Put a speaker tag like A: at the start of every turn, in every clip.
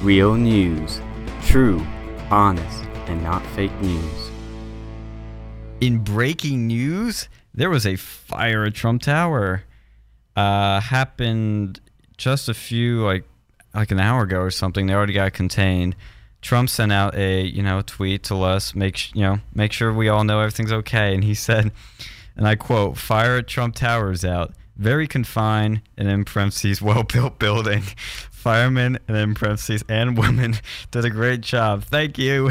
A: Real news. True, honest, and not fake news.
B: In breaking news, there was a fire at Trump Tower. Uh, happened just a few like like an hour ago or something. They already got contained. Trump sent out a you know tweet to us, make sh- you know make sure we all know everything's okay. And he said, and I quote, "Fire at Trump Tower is out. Very confined and in parentheses well built building. Firemen and in parentheses and women did a great job. Thank you."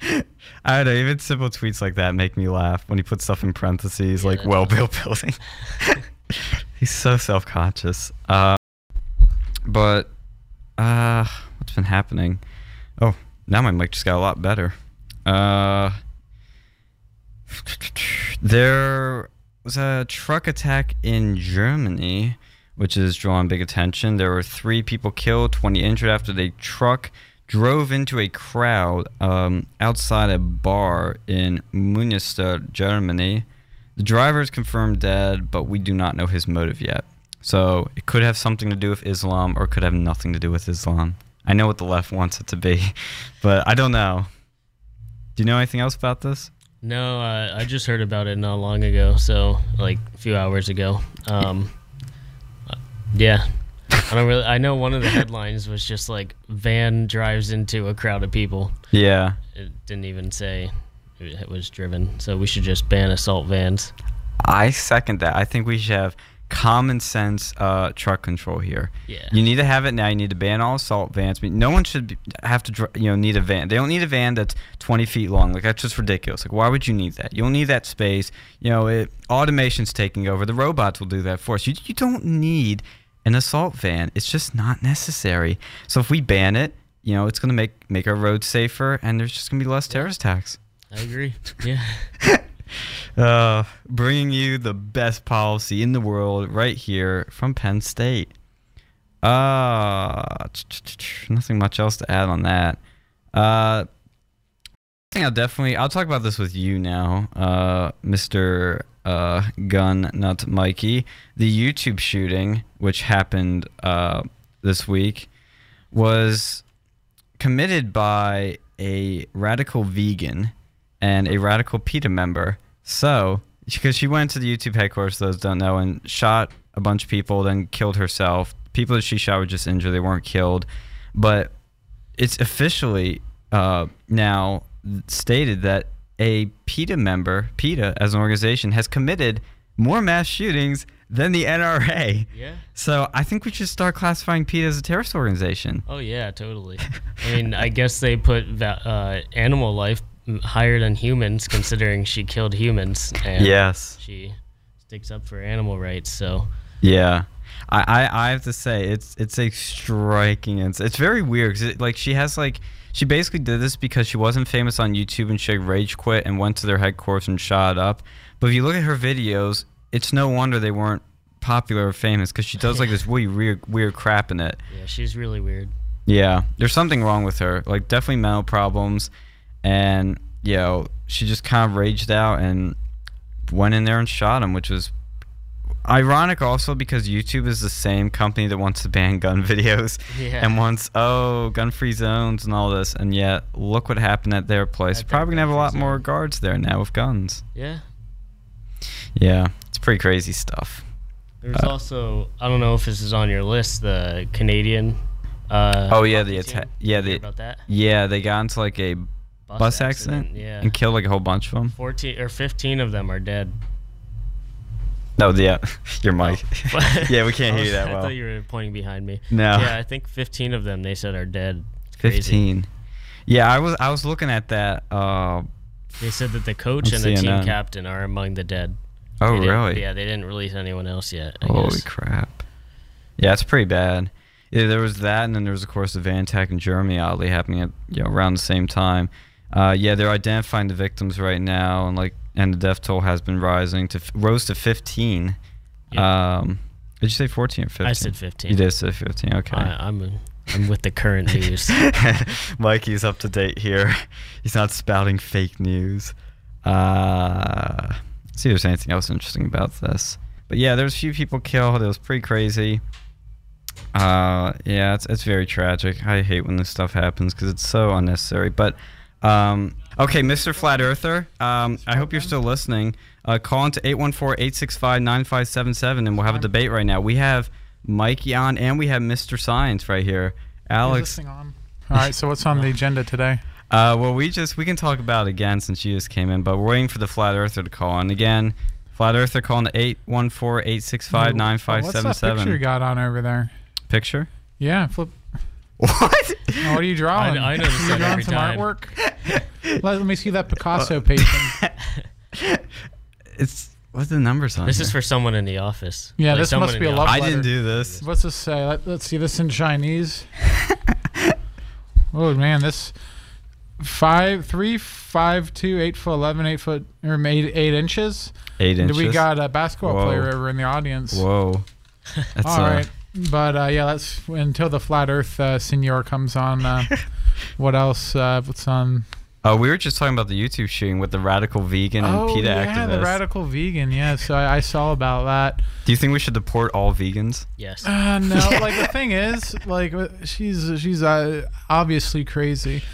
B: I don't know. Even simple tweets like that make me laugh when he puts stuff in parentheses like
C: Yeah.
B: "well built building." He's so self conscious. Uh, but uh, what's been happening? Oh, now my mic just got a lot better. Uh, there was a truck attack in Germany, which is drawing big attention. There were three people killed, 20 injured after the truck drove into a crowd um, outside a bar in Münster, Germany. The driver is confirmed dead, but we do not know his motive yet. So it could have something to do with Islam or it could have nothing to do with Islam. I know what the left wants it to be, but I don't know. Do you know anything else about this?
C: No, uh, I just heard about it not long ago, so like a few hours ago. Um, uh, yeah, I don't really. I know one of the headlines was just like van drives into a crowd of people.
B: Yeah.
C: It didn't even say it was driven, so we should just ban assault vans.
B: I second that. I think we should have common sense uh, truck control here.
C: Yeah.
B: You need to have it now. You need to ban all assault vans. But no one should be, have to, dr- you know, need a van. They don't need a van that's 20 feet long. Like that's just ridiculous. Like why would you need that? You don't need that space. You know, it, automation's taking over. The robots will do that for us. You, you don't need an assault van. It's just not necessary. So if we ban it, you know, it's going to make make our roads safer, and there's just going to be less terrorist attacks.
C: I agree. Yeah.
B: Uh, bringing you the best policy in the world right here from Penn State. Uh, nothing much else to add on that. Uh, I think I'll definitely I'll talk about this with you now, uh, Mister uh, Gun Nut Mikey. The YouTube shooting, which happened uh, this week, was committed by a radical vegan and a radical PETA member. So, because she went to the YouTube headquarters, those don't know, and shot a bunch of people, then killed herself. People that she shot were just injured; they weren't killed. But it's officially uh, now stated that a PETA member, PETA as an organization, has committed more mass shootings than the NRA.
C: Yeah.
B: So I think we should start classifying PETA as a terrorist organization.
C: Oh yeah, totally. I mean, I guess they put va- uh, animal life m- higher than humans, considering she killed humans. And
B: Yes.
C: She sticks up for animal rights, so.
B: Yeah. I, I, I have to say it's it's a striking ins It's very weird 'cause it, like she has like she basically did this because she wasn't famous on YouTube and she rage quit and went to their headquarters and shot up. But if you look at her videos, it's no wonder they weren't popular or famous because she does like this really weird weird crap in it.
C: Yeah, she's really weird.
B: Yeah, there's something wrong with her. Like definitely mental problems, and you know she just kind of raged out and went in there and shot him, which was ironic also because YouTube is the same company that wants to ban gun videos
C: Yeah.
B: and wants oh gun free zones and all this, and yet look what happened at their place.
C: At their
B: Probably gonna have a lot
C: gun-free
B: more
C: zone.
B: guards there now with guns.
C: Yeah.
B: Yeah, it's pretty crazy stuff.
C: There's
B: Uh,
C: also I don't know if this is on your list, the Canadian. Uh,
B: Oh yeah, the
C: hockey team.
B: attack. Yeah,
C: Hear
B: the
C: about that
B: yeah they got into like a bus, accident,
C: Yeah.
B: and killed like a whole bunch of them.
C: Fourteen or fifteen of them are dead.
B: No, yeah, your mic. yeah, we can't hear
C: Oh. I
B: you
C: was-
B: that
C: I
B: well.
C: thought you were pointing behind me.
B: No.
C: Yeah, I think 15 of them they said are dead. It's crazy.
B: Fifteen. Yeah, I was I was looking at that. Uh,
C: They said that the coach
B: On
C: and the team
B: CNN.
C: captain are among the dead.
B: oh
C: They didn't-
B: really?
C: Yeah, they didn't release anyone else yet. I
B: Holy
C: guess.
B: crap. Yeah, it's pretty bad. Yeah, there was that, and then there was of course the van attack in Germany, oddly happening at you know, around the same time. Uh, yeah, they're identifying the victims right now, and like and the death toll has been rising to f- rose to fifteen. Um, did you say fourteen or fifteen?
C: I said 15.
B: You did say fifteen. Okay.
C: I, I'm I'm with the current news.
B: Mikey's up to date here. He's not spouting fake news. Uh, let's see if there's anything else interesting about this. But yeah, there's a few people killed. It was pretty crazy. Uh, yeah, it's, it's very tragic. I hate when this stuff happens because it's so unnecessary. But, um, okay, Mr. Flat Earther, um, I hope you're still listening. Uh, call into 814-865-9577 and we'll have a debate right now. We have Mikey on and we have Mr. Science right here.
D: Is
B: Alex,
D: this thing on? All right, so what's on the agenda today?
B: uh, well, we just we can talk about it again since you just came in, but we're waiting for the flat earther to call in again. Flat earther calling to
D: What's that picture you
B: 814-865-9577.
D: got on over there?
B: Picture?
D: Yeah, flip.
B: What?
D: What are you drawing?
C: I notice
D: you
C: that
D: drawing
C: every
D: some
C: time.
D: artwork. let, let me see that
B: Uh,
D: Picasso painting.
B: It's what's the numbers on?
C: This
B: here?
C: is for someone in the office.
D: Yeah,
C: Like,
D: this
C: someone
D: must
C: in
D: be a
C: the
D: love
B: I
D: letter.
B: didn't do this.
D: What's this say? Let, let's see this in Chinese. oh man, this five, three, five, two, eight foot eleven, eight foot or eight, eight inches.
B: Eight
D: And
B: inches.
D: We got a basketball
B: Whoa.
D: player over in the audience.
B: Whoa. That's
D: All
B: uh,
D: right, but uh, yeah, that's until the flat Earth uh, senor comes on. Uh, what else? Uh, what's on?
B: Oh, we were just talking about the YouTube shooting with the radical vegan and
D: oh
B: PETA
D: yeah,
B: activist.
D: the radical vegan. Yeah, so I, I saw about that.
B: Do you think we should deport all vegans?
C: Yes.
D: Uh, no, like the thing is, like she's she's uh, obviously crazy.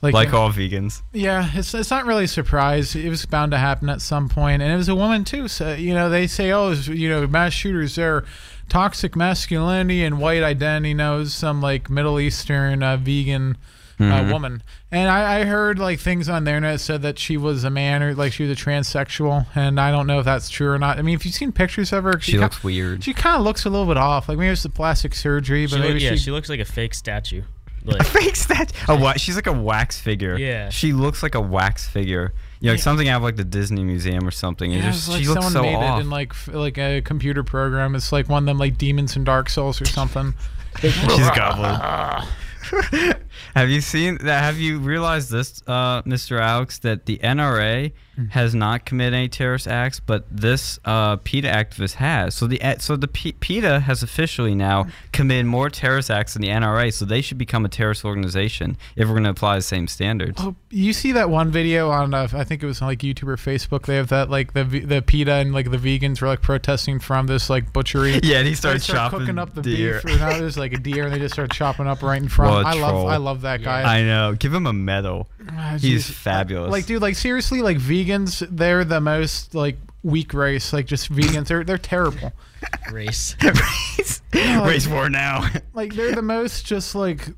B: Like all vegans.
D: Yeah, it's, it's not really a surprise. It was bound to happen at some point, and it was a woman too. So you know, they say, oh, it's, you know, mass shooters they're toxic masculinity and white identity. You know, some like Middle Eastern uh, vegan uh, woman, and I, I heard like things on the internet said that she was a man or like she was a transsexual, and I don't know if that's true or not. I mean, if you've seen pictures of her,
B: She
D: ki-
B: looks weird.
D: She kind of looks a little bit off. Like maybe it's the plastic surgery, but
C: She look,
D: maybe
C: yeah,
D: she,
C: she looks like a fake statue. Like,
B: Fakes that. A wa- she's like a wax figure.
C: Yeah.
B: She looks like a wax figure. You know, like something out of like the Disney Museum or something. It
D: Yeah,
B: just,
D: it's like
B: she looks
D: someone
B: so
D: made
B: off.
D: it in like f- like a computer program. It's like one of them like demons and Dark Souls or something.
B: She's goblin. have you seen that? Have you realized this, uh, Mr. Alex, that the NRA
D: Hmm.
B: has not committed any terrorist acts, but this uh, PETA activist has. So the eh, so the P- PETA has officially now committed more terrorist acts than the NRA. So they should become a terrorist organization if we're going to apply the same standards.
D: Oh, you see that one video on uh, I think it was on like YouTube or Facebook. They have that like the ve- the PETA and like the vegans were like protesting from this like butchery.
B: Yeah, and he
D: They
B: starts
D: start
B: chopping
D: cooking up the
B: deer.
D: beef, or now there's like a deer, and they just start chopping up right in
B: What
D: front.
B: a
D: I love,
B: troll.
D: I love that guy.
B: I know. Give him a medal.
D: Ah,
B: He's
D: jeez.
B: fabulous.
D: Like, dude, like seriously, like vegans, they're the most like weak race. Like, just vegans, they're they're terrible.
C: race.
B: race,
D: Oh.
B: race war now.
D: like they're the most just like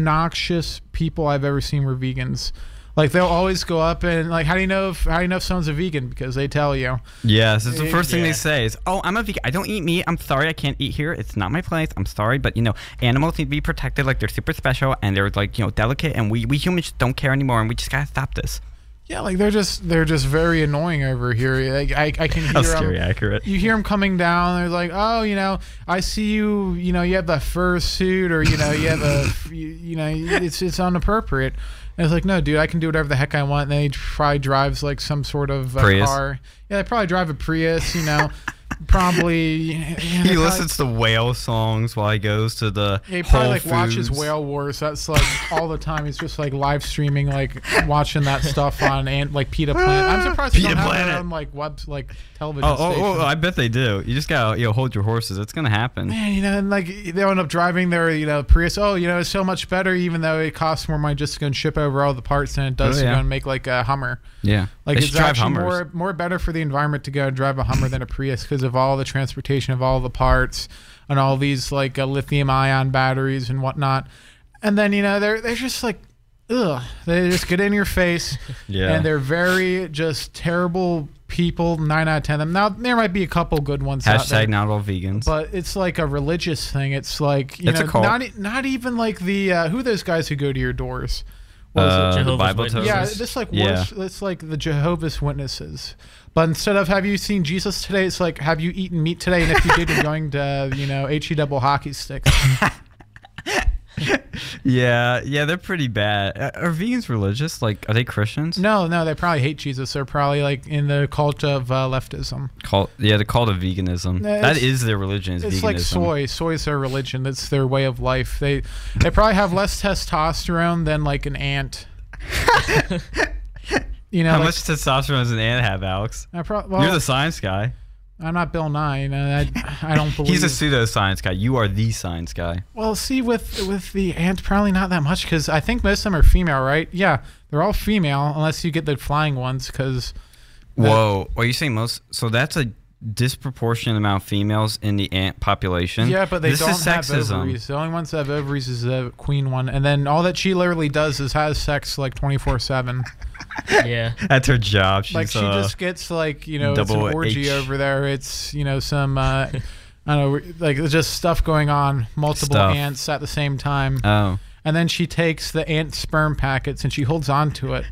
D: obnoxious people I've ever seen were vegans. Like they'll always go up and like, how do you know if how do you know if someone's a vegan because they tell you.
B: Yes, it's the first thing they
C: Yeah.
B: say is, "Oh, I'm a vegan. I don't eat meat. I'm sorry, I can't eat here. It's not my place. I'm sorry, but you know, animals need to be protected. Like they're super special and they're like you know delicate, and we we humans just don't care anymore, and we just gotta stop this."
D: Yeah, like they're just they're just very annoying over here. Like I, I can hear
B: That's
D: 'em-
B: very accurate.
D: You hear them coming down. They're like, oh, you know, I see you. You know, you have that fur suit, or you know, you have a, you, you know, it's it's inappropriate. And it's like, no, dude, I can do whatever the heck I want. And then he probably drives like some sort of uh,
B: Prius?
D: car. Yeah, they probably drive a Prius. You know, probably. yeah, they
B: He
D: probably-
B: listens to whale songs while he goes to the
D: He probably
B: Whole
D: like watches
B: Foods.
D: Whale Wars. That's like all the time. He's just like live streaming, like watching that stuff on and like PETA Planet. I'm surprised they
B: PETA
D: don't have
B: Planet.
D: their own like web like television.
B: Oh, oh,
D: station.
B: oh, I bet they do. You just gotta you know, hold your horses. It's gonna happen.
D: Man, you know, and like they end up driving their, you know, Prius. Oh, you know, it's so much better, even though it costs more money just to go and ship over all the parts than it does
B: Oh,
D: to
B: yeah.
D: go and make like a Hummer.
B: Yeah,
D: Like
B: they
D: it's
B: should drive
D: actually
B: Hummers.
D: more more better for the environment to go and drive a Hummer than a Prius because of all the transportation of all the parts and all these like uh, lithium ion batteries and whatnot. And then you know they're they're just like, ugh, they just get in your face.
B: Yeah.
D: and they're very just terrible people. Nine out of ten of them. Now there might be a couple good ones. out there
B: Hashtag not all vegans.
D: but it's like a religious thing. It's like you
B: It's a
D: know,
B: cult.
D: not e- not even like the uh, who are those guys who go to your doors. What is it?
B: uh, the
C: Jehovah's
B: Bible
C: Witnesses?
B: tells
D: yeah,
B: us.
D: it's like
B: Yeah.
D: worse, it's like the Jehovah's Witnesses. But instead of have you seen Jesus today, it's like have you eaten meat today? And if you did, you're going to you know he double hockey sticks.
B: Yeah, yeah, they're pretty bad. Uh, Are vegans religious? Like, are they Christians?
D: No, no, they probably hate Jesus. They're probably like in the cult of uh, leftism.
B: Call yeah, the call to veganism.
D: No,
B: that
D: it's-
B: is their religion. Is
D: It's
B: veganism.
D: like soy. Soy's their religion. That's their way of life. They they probably have less testosterone than like an ant. you know,
B: How
D: like-
B: much testosterone does an ant have, Alex?
D: I prob- well,
B: You're the science guy.
D: I'm not Bill Nye. You know, I, I don't believe.
B: He's a pseudoscience guy. You are the science guy.
D: well, see, with with the ants, probably not that much because I think most of them are female, right? Yeah, they're all female unless you get the flying ones because
B: Whoa. Are you saying most? So that's a disproportionate amount of females in the ant population.
D: yeah, but they
B: this
D: don't
B: is
D: have
B: sexism.
D: ovaries. The only ones that have ovaries is the queen one, and then all that she literally does is has sex like 24 seven.
C: Yeah.
B: That's her job. She's
D: like she
B: uh,
D: just gets like you know it's an
B: double
D: orgy
B: H.
D: over there. It's you know some uh, I don't know like there's just stuff going on, multiple
B: Stuff.
D: ants at the same time,
B: Oh.
D: and then she takes the ant sperm packets and she holds on to it,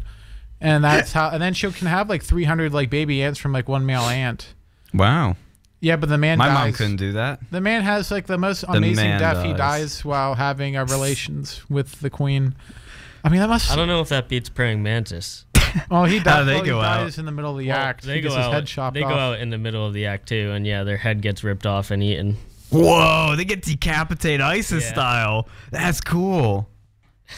D: and that's how. And then she can have like 300 like baby ants from like one male ant.
B: Wow.
D: Yeah, but the man
B: My
D: dies.
B: mom couldn't do that.
D: The man has like the most amazing
B: man
D: death. He
B: dies.
D: dies while having uh, relations with the queen. I mean that must.
C: I don't know if that beats praying mantis.
D: Oh, he,
B: How
D: dies.
B: do they
D: well, he
B: go out?
D: dies in the middle of the
C: Well,
D: act.
C: They
D: he
C: go
D: gets his
C: out.
D: head chopped
C: they
D: off.
C: go out in the middle of the act too, and yeah, their head gets ripped off and eaten.
B: Whoa. They get decapitated ISIS
C: Yeah.
B: style. That's cool.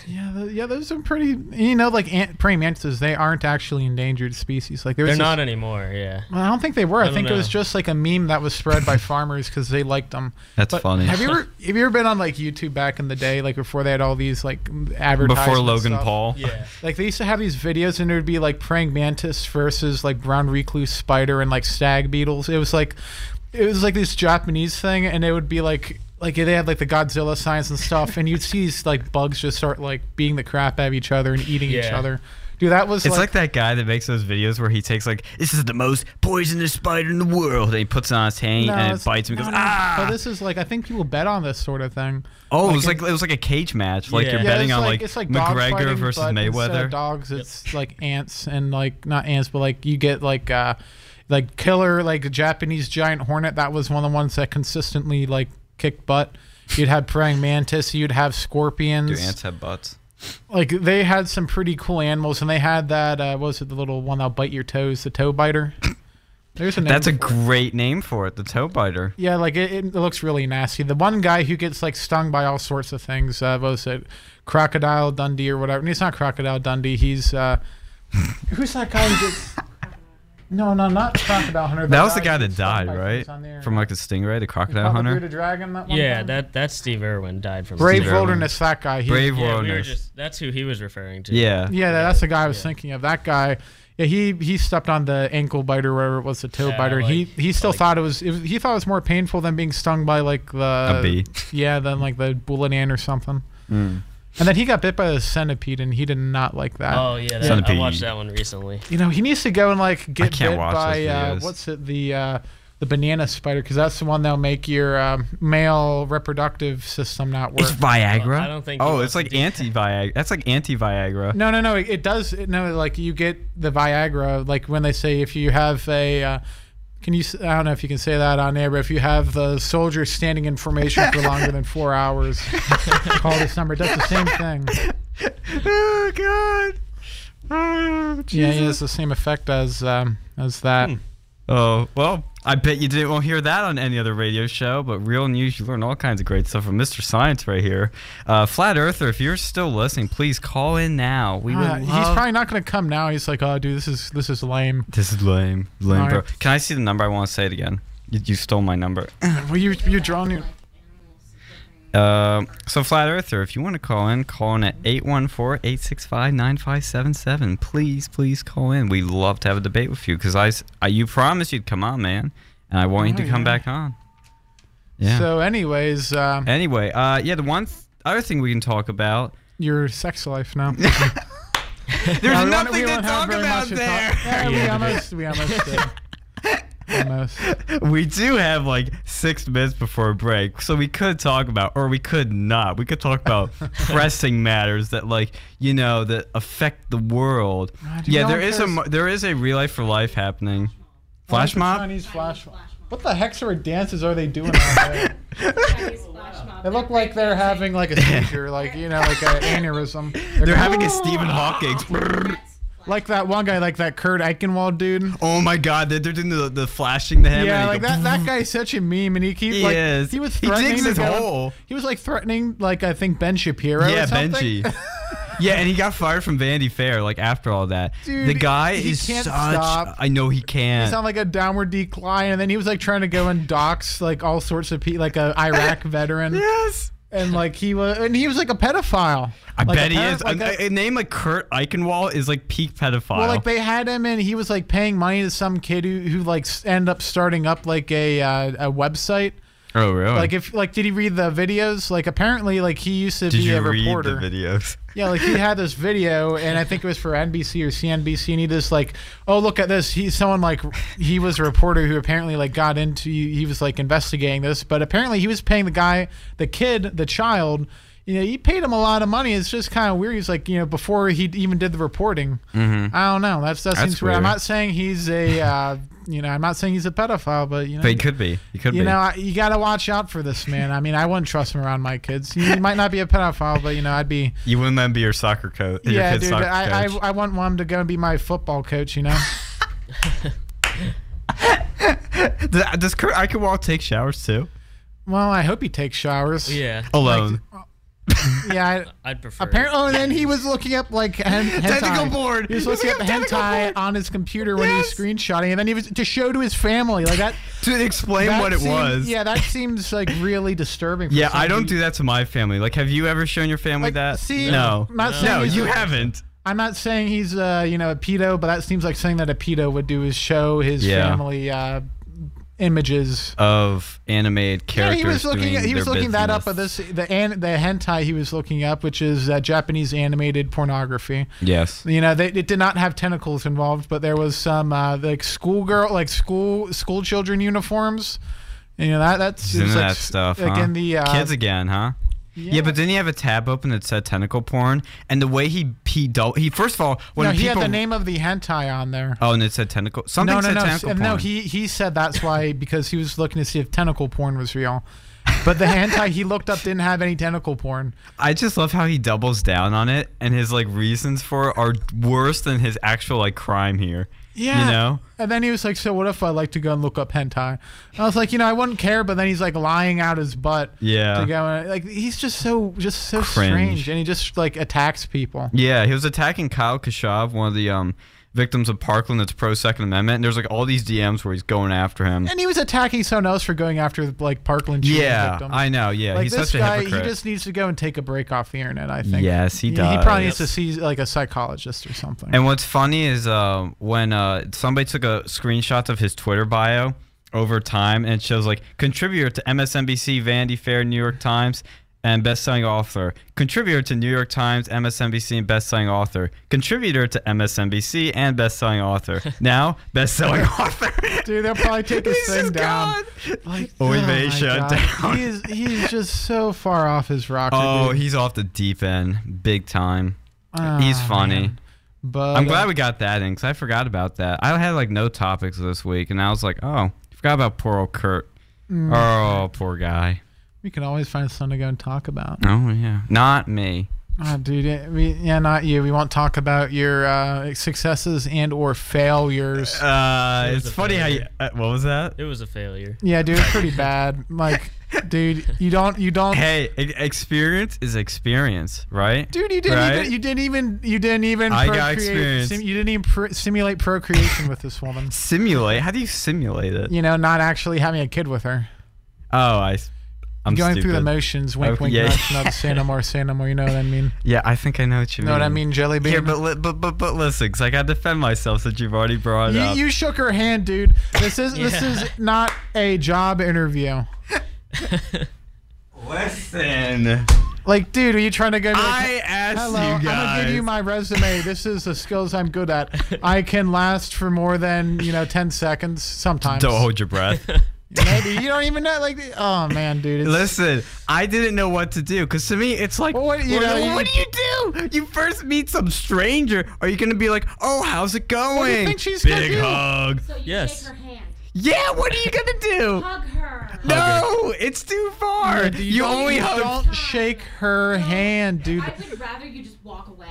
D: Yeah, th- yeah, those are pretty. You know, like ant, praying mantises, they aren't actually endangered species. Like there was
C: They're
D: this-
C: not anymore. Yeah.
D: Well, I don't think they were. I,
C: don't
D: think it was
C: know.
D: just like a meme that was spread by farmers because they liked them.
B: That's
D: But
B: funny.
D: Have you ever have you ever been on like YouTube back in the day, like before they had all these like advertisements?
B: Before Logan
D: stuff?
B: Paul.
C: Yeah.
D: Like they used to have these videos, and it would be like praying mantis versus like brown recluse spider and like stag beetles. It was like, it was like this Japanese thing, and it would be like like they had like the Godzilla signs and stuff, and you'd see these like bugs just start like beating the crap out of each other and eating each
C: Yeah.
D: other. Dude, that was
B: It's
D: like,
B: like, that guy that makes those videos where he takes like this is the most poisonous spider in the world and he puts it on his hand
D: No,
B: and
D: it's-
B: it bites him and goes
D: no, no, no.
B: ah
D: But this is like I think people bet on this sort of thing.
B: oh
D: like
B: it was
D: it's-
B: like it was like a cage match like
C: Yeah.
B: you're
C: Yeah,
B: betting
D: it's
B: on like,
D: it's like dog
B: McGregor
D: fighting,
B: versus
D: but instead of
B: Mayweather
D: Dogs, it's like ants and like not ants, but like you get like uh like killer like a Japanese giant hornet. That was one of the ones that consistently like kicked butt. You'd have praying mantis. You'd have
B: do
D: scorpions.
B: ants have butts
D: Like they had some pretty cool animals, and they had that uh, what was it the little one that'll bite your toes, the toe biter. There's a name
B: that's a
D: for it.
B: great name for it the toe biter
D: Yeah, like it, it looks really nasty. The one guy who gets like stung by all sorts of things, uh, what was it, Crocodile Dundee or whatever? He's not Crocodile Dundee. He's uh, who's that guy who gets? No, no, not Crocodile Hunter.
B: that was the guy
D: who
B: that
D: gets
B: died
D: stung by
B: right
D: things on there.
B: from like the stingray the crocodile
D: Papa
B: hunter
D: Buddha Dragon. That one
C: Yeah.
D: time?
C: That that's Steve Irwin died from.
D: Brave
B: Steve Irwin.
D: Wilderness. That guy. He,
B: brave
C: Yeah, we were
B: wilderness
C: just, that's who he was referring to.
B: yeah
D: Yeah, that- that's the guy I was thinking of. That guy. Yeah, he he stepped on the ankle biter, whatever it was, the toe
C: Yeah,
D: biter. he
C: like-
D: he still
C: like-
D: thought it was, it was. He thought it was more painful than being stung by like the
B: a bee
D: Yeah, than like the bullet ant or something.
B: Hmm.
D: And then he got bit by the centipede, and he did not like that.
C: Oh yeah. That, I
D: E.
B: Centipede.
C: watched that one recently.
D: You know, he needs to go and like get
B: can't
D: bit
B: watch
D: by
B: those
D: uh,
B: videos.
D: what's it the uh, the banana spider because that's the one that'll make your um, male reproductive system not work.
B: it's Viagra.
C: I don't think he
B: Oh,
C: wants
B: it's
C: to
B: like
C: do
B: anti Viagra. That's like anti Viagra.
D: no, no, no. It, it does. It, no, like you get the Viagra. Like when they say if you have a, uh, can you? s- I don't know if you can say that on air, but if you have the soldier standing in formation for longer than four hours, call this number. It does the same thing.
B: Oh God. Oh,
D: Yeah,
B: Jesus.
D: yeah, it's the same effect as um, as that.
B: Oh well, I bet you didn't won't hear that on any other radio show. But real news, you learn all kinds of great stuff from Mr. Science right here. Uh, Flat Earther, if you're still listening, please call in now. We would love.
D: Uh, he's probably not gonna come now. He's like, oh, dude, this is this is lame.
B: this is lame, lame, bro.
D: Alright.
B: Can I see the number? I want to say it again. You, you stole my number.
D: Well, you you're drawing your.
B: Um, so Flat Earther, if you want to call in, call in at 814-865-9577. Please, please call in. We love to have a debate with you because I, s- I- you promised you'd come on, man, and I want you
D: Oh,
B: to come
D: yeah.
B: back on. Yeah.
D: So, anyways, um,
B: Anyway, uh, yeah, the one th- other thing we can talk about.
D: your sex life now.
B: There's
D: Yeah, we won't-
B: nothing
D: we
B: to
D: won't have
B: talk
D: very
B: about
D: much to talk-
B: there.
D: Yeah, we
C: Yeah.
D: almost, we almost did. Almost.
B: we do have like six minutes before break, so we could talk about, or we could not. We could talk about pressing matters that, like you know, that affect the world.
D: Ah, dude,
B: yeah,
D: no
B: there
D: one
B: is a
D: cares.
B: mo- there is a real life for life happening. Flash mob.
D: Chinese flash mob. What the heck sort of dances are they doing out there?
E: Chinese flash mob.
D: They look like they're having like a seizure, like you know, like an aneurysm. They're,
B: They're
D: going-
B: having a Stephen Hawking.
D: like that one guy, like that Kurt Eichenwald dude.
B: Oh my God! They're, they're doing the, the flashing the hammer.
D: Yeah,
B: and
D: like
B: go
D: that, that guy's such a meme, and he keeps
B: He
D: like
B: is.
D: he was
B: He
D: threatening
B: digs
D: to
B: his
D: go-
B: hole.
D: He was like threatening, like I think Ben Shapiro. or
B: Yeah,
D: something.
B: Benji. Yeah, and he got fired from Vanity Fair like after all that.
D: Dude,
B: the guy
D: he
B: is
D: can't
B: such.
D: stop.
B: I know he
D: He
B: can't.
D: sounded like a downward decline, and then he was like trying to go and dox like all sorts of people, like a Iraq veteran,
B: yes.
D: and like he was, and he was like a pedophile.
B: I
D: Like,
B: bet he
D: apparent-
B: is.
D: like
B: a,
D: a-
B: a name like Kurt Eichenwall is like peak pedophile.
D: well, like they had him, and he was like paying money to some kid who, who like s- ended up starting up like a uh, a website.
B: oh, really?
D: Like if like did he read the videos? Like apparently like he used to
B: Did
D: be
B: you
D: a
B: read
D: reporter.
B: the videos?
D: Yeah, like he had this video, and I think it was for NBC or CNBC, and he just like, oh look at this. He's someone like he was a reporter who apparently like got into he was like investigating this, but apparently he was paying the guy, the kid, the child. You know, he paid him a lot of money. It's just kind of weird. He's like, you know, before he even did the reporting. I don't know. That's that
B: Mm-hmm. That's
D: seems weird. I'm
B: weird.
D: not saying he's a, uh, you know, I'm not saying he's a pedophile, but you know,
B: But he could be. He could
D: you
B: be.
D: know, I, you gotta watch out for this man. I mean, I wouldn't trust him around my kids. He might not be a pedophile, but you know, I'd be.
B: you wouldn't let him be your soccer coach. Your
D: yeah,
B: kid's
D: dude.
B: soccer
D: I,
B: coach.
D: I I want one to go and be my football coach. You know.
B: Does, does Kurt Eichenwall take showers too?
D: well, I hope he takes showers.
C: Yeah,
B: Alone.
D: Yeah. I,
C: I'd prefer.
D: Oh. apparently, oh, and then he was looking up like hen- hentai.
B: Tentacle board.
D: He was
B: He was
D: looking up
B: looking up tentacle
D: hentai
B: board.
D: on his computer when
B: Yes.
D: he was screenshotting, and then he was to show to his family like that.
B: to explain
D: that
B: what it
D: seems-
B: was.
D: Yeah, that seems like really disturbing. for
B: Yeah, I don't
D: somebody.
B: do that to my family. Like, have you ever shown your family
D: Like,
B: that?
D: see,
B: no,
D: I'm not
B: no,
D: saying he's
B: you
D: a-
B: haven't.
D: I'm not saying he's uh, you know a pedo, but that seems like something that a pedo would do is show his
B: Yeah.
D: family uh, images.
B: Of animated
D: Yeah,
B: characters.
D: he was looking.
B: doing
D: He was
B: their
D: looking that up. But
B: business.
D: this the an, the hentai he was looking up, which is uh, Japanese animated pornography.
B: Yes.
D: You know, they, it did not have tentacles involved, but there was some uh, like schoolgirl, like school school children uniforms. You know that that's
B: He's into
D: like,
B: that stuff.
D: Like
B: huh?
D: in the uh,
B: kids again, huh? Yeah. but didn't he have a tab open that said tentacle porn? And the way he he dou- he first of all when
D: no, he
B: people
D: had the name of the hentai on there.
B: oh and it said tentacle something
D: No, no,
B: said
D: no,
B: tentacle
D: s-
B: porn.
D: no. He he said that's why because he was looking to see if tentacle porn was real, but the hentai he looked up didn't have any tentacle porn.
B: I just love how he doubles down on it and his like reasons for it are worse than his actual like crime here.
D: Yeah.
B: You know?
D: And then he was like, "So what if I like to go and look up hentai?" I was like, "You know, I wouldn't care." But then he's like lying out his butt
B: Yeah.
D: to go and like he's just so just so
B: Cringe.
D: strange, and he just like attacks people.
B: Yeah, he was attacking Kyle Kashav, one of the um, victims of Parkland that's pro Second Amendment. And there's like all these DMs where he's going after him.
D: And he was attacking someone else for going after like Parkland shooting
B: Yeah,
D: victims.
B: I know. Yeah,
D: Like
B: he's
D: this
B: such a
D: guy,
B: hypocrite.
D: he just needs to go and take a break off the internet. I think.
B: Yes, he
D: He, probably
B: does.
D: needs to see like a psychologist or something.
B: and what's funny is uh, when uh, somebody took a screenshot of his Twitter bio over time, and it shows like contributor to MSNBC, Vanity Fair, New York Times, and best-selling author. Contributor to New York Times, MSNBC, and best-selling author. Contributor to MSNBC and best-selling author. now best-selling author.
D: Dude, they'll probably take his
B: He's
D: thing
B: just
D: down.
B: gone.
D: Like, oh
B: Oy vey,
D: my
B: shut
D: God.
B: down.
D: He is, he's just so far off his rocker.
B: Oh,
D: dude.
B: he's off the deep end, big time. he's
D: Ah,
B: funny.
D: man. But uh,
B: I'm glad we got that in because I forgot about that. I had like no topics this week, and I was like, oh, forgot about poor old Kurt.
D: Mm.
B: Oh, poor guy.
D: we can always find something to go and talk about.
B: Oh yeah, not me.
D: Ah, dude, yeah, we, yeah, not you. We won't talk about your uh, successes and or failures.
B: Uh,
C: it's funny how you-
B: Uh, what was that?
C: It was a failure.
D: Yeah, dude, it's pretty bad. Like, dude, you don't, you don't.
B: Hey, e- experience is experience, right?
D: Dude, you didn't
B: Right?
D: even, you didn't even, you didn't even.
B: I got
D: procreate-
B: experience.
D: sim- you didn't even pr- simulate procreation with this woman.
B: Simulate. How do you simulate it?
D: You know, not actually having a kid with her.
B: Oh, I. s- I'm
D: going
B: stupid.
D: through the motions, wink,
B: Okay,
D: wink,
B: yeah.
D: yeah. nudge, nudge, say no more, say no more. You know what I mean?
B: Yeah, I think I know what you
D: You know
B: mean.
D: what I mean, Jelly Bean?
B: Here, but li- but but but listen, 'cause I got to defend myself since you've already brought it
D: you,
B: up.
D: you shook her hand, dude. This is this
C: Yeah.
D: is not a job interview.
B: Listen,
D: Like, dude, are you trying to go? To
B: I asked
D: hello,
B: you guys.
D: I'm gonna give you my resume. This is the skills I'm good at. I can last for more than you know ten seconds sometimes.
B: Don't hold your breath.
D: Maybe you don't even know. Like, oh man, dude. It's,
B: Listen, I didn't know what to do because to me it's like,
D: Well, what- you
B: what,
D: know,
B: what
D: you-
B: do you do? You first meet some stranger. Are you gonna be like, oh, how's it going?
D: do you think she's gonna
B: Big
D: do?
B: hug.
E: So you
C: Yes.
E: shake her hand.
B: Yeah, what are you gonna do?
E: Hug her.
B: no, it's too far.
D: dude,
B: you
D: don't-
B: only
D: you
B: hug.
D: Don't shake her hand, dude.
E: I would rather you just walk away.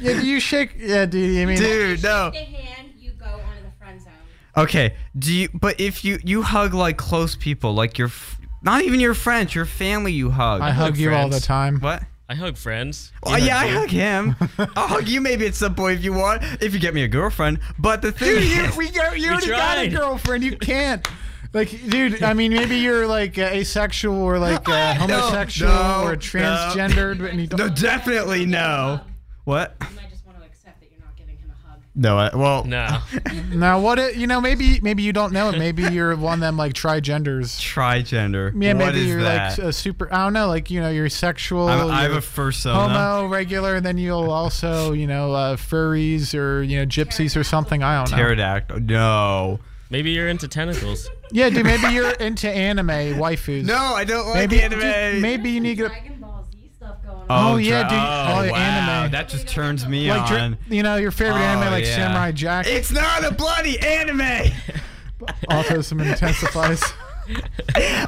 D: Yeah, you shake. Yeah, dude. I mean,
B: Dude,
E: Shake
B: no.
E: The hand, you go onto the friend zone.
B: Okay, do you? But if you you hug like close people, like your, f- not even your friends, your family, you hug.
D: I hug you all the
C: friends.
D: time.
B: What?
C: I hug friends.
B: Oh
C: You
B: yeah, I
C: too?
B: hug him. I'll hug you maybe at some point if you want, if you get me a girlfriend. But the thing
D: Dude, you,
B: is,
D: we go, you
C: We
D: already got a
C: tried.
D: girlfriend. You can't. Like, dude, I mean, maybe you're like uh, asexual or like uh,
B: No,
D: homosexual
B: no,
D: or
B: no.
D: transgendered, and you don't.
B: no, definitely no. What?
E: You might just want to accept that you're not giving him a hug.
B: No. I, well,
C: No.
D: Now, what? It, you know, maybe maybe you don't know it. Maybe you're one of them like trigenders.
B: trigender.
D: Yeah,
B: what
D: maybe
B: is
D: you're
B: that?
D: like a super. I don't know. Like, you know, you're sexual.
B: I'm, I have
D: you're
B: a fursona.
D: homo, regular, and then you'll also, you know, uh, furries or you know, gypsies or something. I don't know.
B: Pterodactyl. No.
C: Maybe you're into tentacles.
D: Yeah, dude, maybe you're into anime waifus.
B: No, I don't like
D: maybe
B: anime.
D: dude, maybe you need to.
E: Dragon Ball Z stuff going on.
B: Oh,
D: Oh, yeah,
B: dra-
D: dude.
B: Oh,
D: Oh, yeah,
B: wow.
D: anime.
B: That just turns me
D: like dra-
B: on.
D: you know your favorite
B: Oh,
D: anime like
B: yeah.
D: Samurai Jack.
B: It's not a bloody anime.
D: Autism intensifies.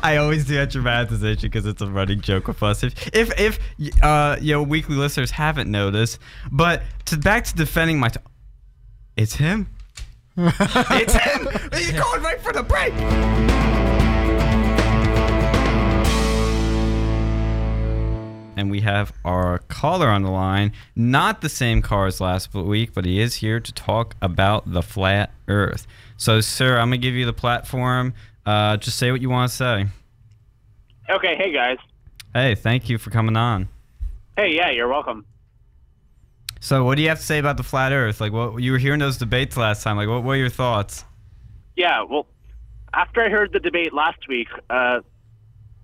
B: I always do that dramatization because it's a running joke with us. If if if y- uh, you know, weekly listeners haven't noticed, but to back to defending my, t- it's him. it's him. He's calling right for the break. And we have our caller on the line. Not the same car as last week, but he is here to talk about the flat Earth. So, sir, I'm gonna give you the platform. Uh, just say what you want to say.
F: Okay, hey guys.
B: Hey, thank you for coming on.
F: Hey, yeah, you're welcome.
B: So, what do you have to say about the flat Earth? Like, what you were hearing those debates last time? Like, what were your thoughts?
F: Yeah, well, after I heard the debate last week, uh,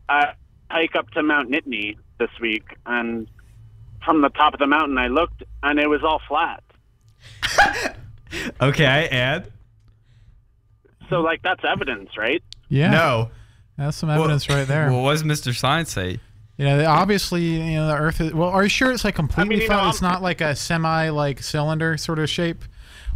F: I hike up to Mount Nittany this week, and from the top of the mountain, I looked, and it was all flat.
B: Okay, and
D: Mm-hmm.
F: So, like, that's evidence, right?
D: Yeah,
B: no
D: that's some evidence
B: Well-
D: right there.
B: Well, what does Mr. Science say?
D: you know, they- obviously, you know the Earth is. Well, are you sure it's like completely
F: you know,
D: flat?
F: I'm-
D: it's not like a semi like cylinder sort of shape,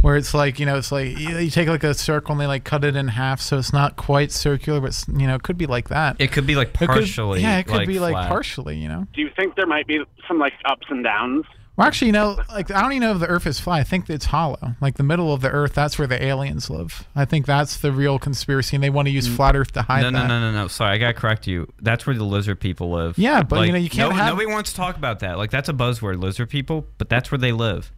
D: where it's like you know it's like you, you take like a circle and they like cut it in half, so it's not quite circular, but it's, you know it could be like that.
B: It could be like
D: It could-
B: partially.
D: yeah, it could be like
B: flat.
D: partially, you know.
F: Do you think there might be some, like, ups and downs?
D: Well, actually, you know, like I don't even know if the Earth is flat. I think it's hollow. Like the middle of the Earth, that's where the aliens live. I think that's the real conspiracy, and they want to use flat Earth to hide
B: Mm. No,
D: that.
B: no, no, no, no. Sorry, I gotta correct you. That's where the lizard people live.
D: Yeah, but, you
B: Like,
D: know, you can't
B: no-
D: have-
B: Nobody wants to talk about that. Like, that's a buzzword, lizard people. But that's where they live.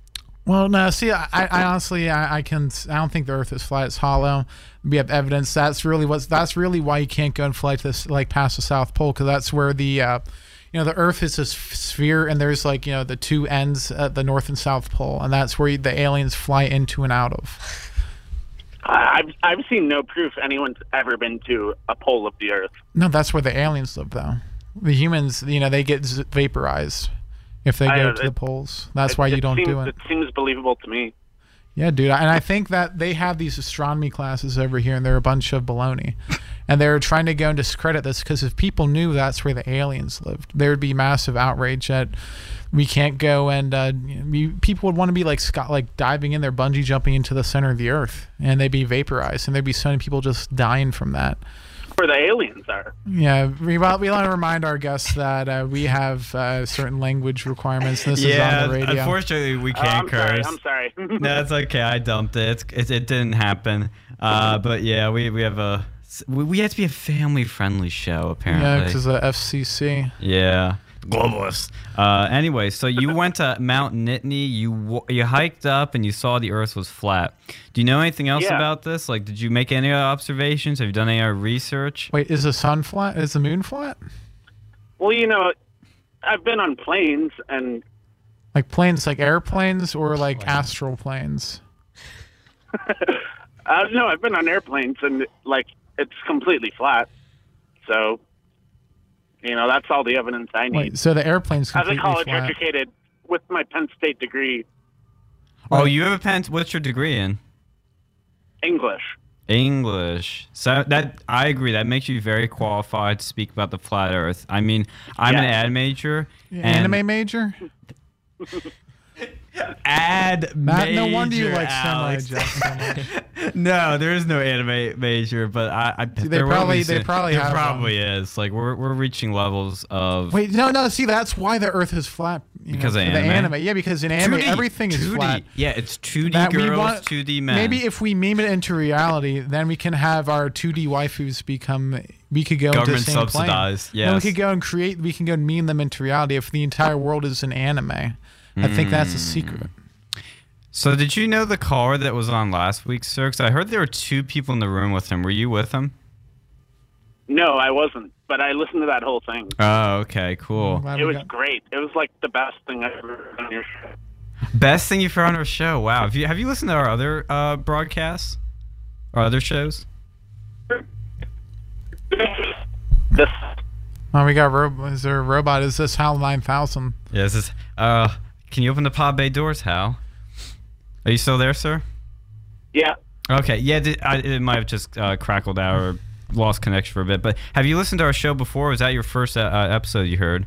D: Well, no. See, I, I I honestly, I, I can, I don't think the Earth is flat. It's hollow. We have evidence. That's really what's. That's really why you can't go and fly to this, like past the South Pole, because that's where the, uh, you know, the Earth is a s- sphere, and there's like you know the two ends at the North and South Pole, and that's where the aliens fly into and out of.
F: I- I've, I've seen no proof anyone's ever been to a pole of the Earth.
D: No, that's where the aliens live, though. The humans, you know, they get z- vaporized if they
F: I
D: go
F: know,
D: to the
F: it-
D: poles. That's why you don't
F: seems,
D: do it.
F: It seems believable to me.
D: Yeah, dude. And I think that they have these astronomy classes over here, and they're a bunch of baloney. And they're trying to go and discredit this because if people knew that's where the aliens lived, there would be massive outrage that we can't go and uh, we, people would want to be like Scott, like diving in there, bungee jumping into the center of the earth, and they'd be vaporized, and there'd be so many people just dying from that.
F: Where the aliens are.
D: Yeah, we, well, we want to remind our guests that uh, we have uh, certain language requirements. This is on the radio.
B: unfortunately, we
F: Oh,
B: can't
F: I'm
B: curse.
F: sorry. I'm sorry.
B: No, it's okay. I dumped it. It's, it, it didn't happen. Uh, but yeah, we, we have a we, we have to be a family friendly show
D: yeah,
B: apparently.
D: because the FCC.
B: Yeah. Globalist. Uh, anyway, so you went to Mount Nittany. You wa- you hiked up and you saw the Earth was flat. Do you know anything else
F: Yeah.
B: about this? Like, did you make any other observations? Have you done any other research?
D: Wait, is the sun flat? Is the moon flat?
F: well, you know, I've been on planes, and
D: Like planes, like airplanes or like astral planes?
F: Uh, no, I've been on airplanes and like it's completely flat. So, you know, that's all the evidence I need.
D: Wait, so the airplane's
F: As a
D: completely
F: college
D: flat.
F: educated with my Penn State degree,
B: Oh, you have a pen. What's your degree in?
F: English.
B: English. So that I agree. That makes you very qualified to speak about the flat Earth. I mean, I'm an
F: Yeah.
B: ad major. and-
D: Anime major?
B: ad
D: Matt,
B: major.
D: no wonder you like semi
B: Alex.
D: Jack so much.
B: No, there is no anime major, but I, I they
D: probably- they probably
B: there
D: have
B: probably is. Like we're we're reaching levels of
D: Wait, no, no. See, that's why the Earth is flat. you know,
B: Because of
D: for the
B: anime?
D: anime. Yeah, because in anime,
B: 2D,
D: everything is
B: 2D.
D: flat.
B: Yeah, it's 2D
D: That we
B: girls,
D: want-
B: 2D men.
D: Maybe if we meme it into reality, then we can have our 2D waifus become we could go into the
B: Government
D: same
B: subsidized,
D: Plan. And
B: yes.
D: we could go and create. We can go and meme them into reality if the entire world is an anime. I think that's a secret.
B: So did you know the caller that was on last week, sir? 'Cause I heard there were two people in the room with him. Were you with him?
F: No, I wasn't, but I listened to that whole thing.
B: Oh, okay, cool.
D: Glad
F: It
D: we
F: was
D: got-
F: great. It was like the best thing I've ever heard on your show.
D: Mm.
B: Best thing you've heard on our show. Wow. Have you have you listened to our other uh, broadcasts? Our other shows?
F: This
D: Oh, we got. Ro- is there a robot? Is this HAL nine thousand?
B: Yeah, this is uh can you open the pod bay doors, Hal? Are you still there, sir?
F: yeah.
B: Okay, yeah, th- I, it might have just uh, crackled out or lost connection for a bit. But have you listened to our show before? Was that your first uh, uh, episode you heard?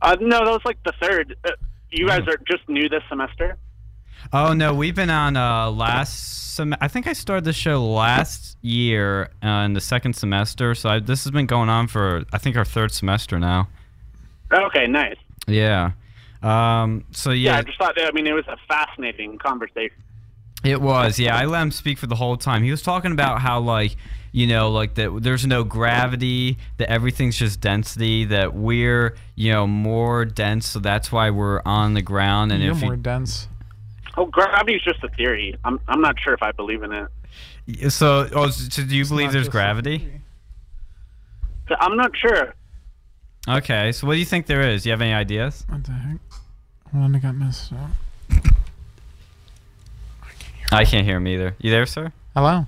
F: Uh, no, that was like the third. Uh, you guys are just new this semester.
B: Oh no, we've been on uh, last. Sem- I think I started the show last year uh, in the second semester. So I, this has been going on for I think our third semester now.
F: Okay, nice.
B: Yeah. Um, so
F: Yeah,
B: yeah,
F: I just thought. That, I mean, it was a fascinating conversation.
B: It was, yeah. I let him speak for the whole time. He was talking about how, like, you know, like that there's no gravity, that everything's just density, that we're, you know, more dense, so that's why we're on the ground. And
D: You're
B: if
D: more
B: you,
D: dense.
F: Oh, gravity's just a theory. I'm I'm not sure if I believe in it.
B: so, oh, so do you believe
D: Not
B: there's
D: just-
B: gravity?
F: So I'm not sure.
B: Okay, so what do you think there is? You have any ideas?
D: What the heck? Hold on, I got messed up.
B: I can't hear him either. You there, sir?
D: Hello.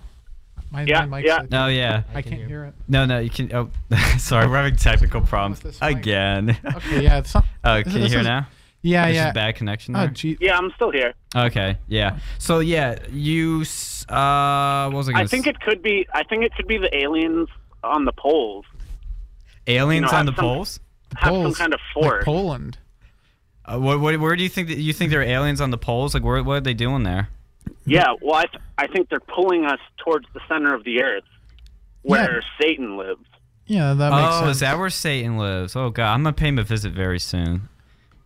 D: My,
F: Yeah,
D: my mic's
F: yeah.
D: like-
B: No, yeah.
D: I can't hear it.
B: No, no, you can. Oh, sorry, we're having technical problems
D: this mic?
B: again.
D: Okay, yeah. It's not,
B: Oh,
D: this-
B: can you
D: this
B: hear
D: is-
B: now?
D: Yeah,
B: This is
D: yeah.
B: bad connection.
D: Oh,
B: there?
D: gee.
F: Yeah, I'm still here.
B: Okay, yeah. So yeah, you s- uh what was I gonna
F: I think
B: s-
F: it could be. I think it could be the aliens on the poles
B: aliens
F: you know,
B: on the
F: have some-
B: poles?
F: have some
D: Poles,
F: kind of
D: like
F: force.
D: Poland.
B: Uh, what, what where do you think that you think there are aliens on the poles? Like where what are they doing there?
F: yeah. Well, I th- I think they're pulling us towards the center of the earth, where Satan lives.
D: Yeah, that makes
B: Oh,
D: sense.
B: is that where Satan lives? Oh god, I'm gonna pay him a visit very soon.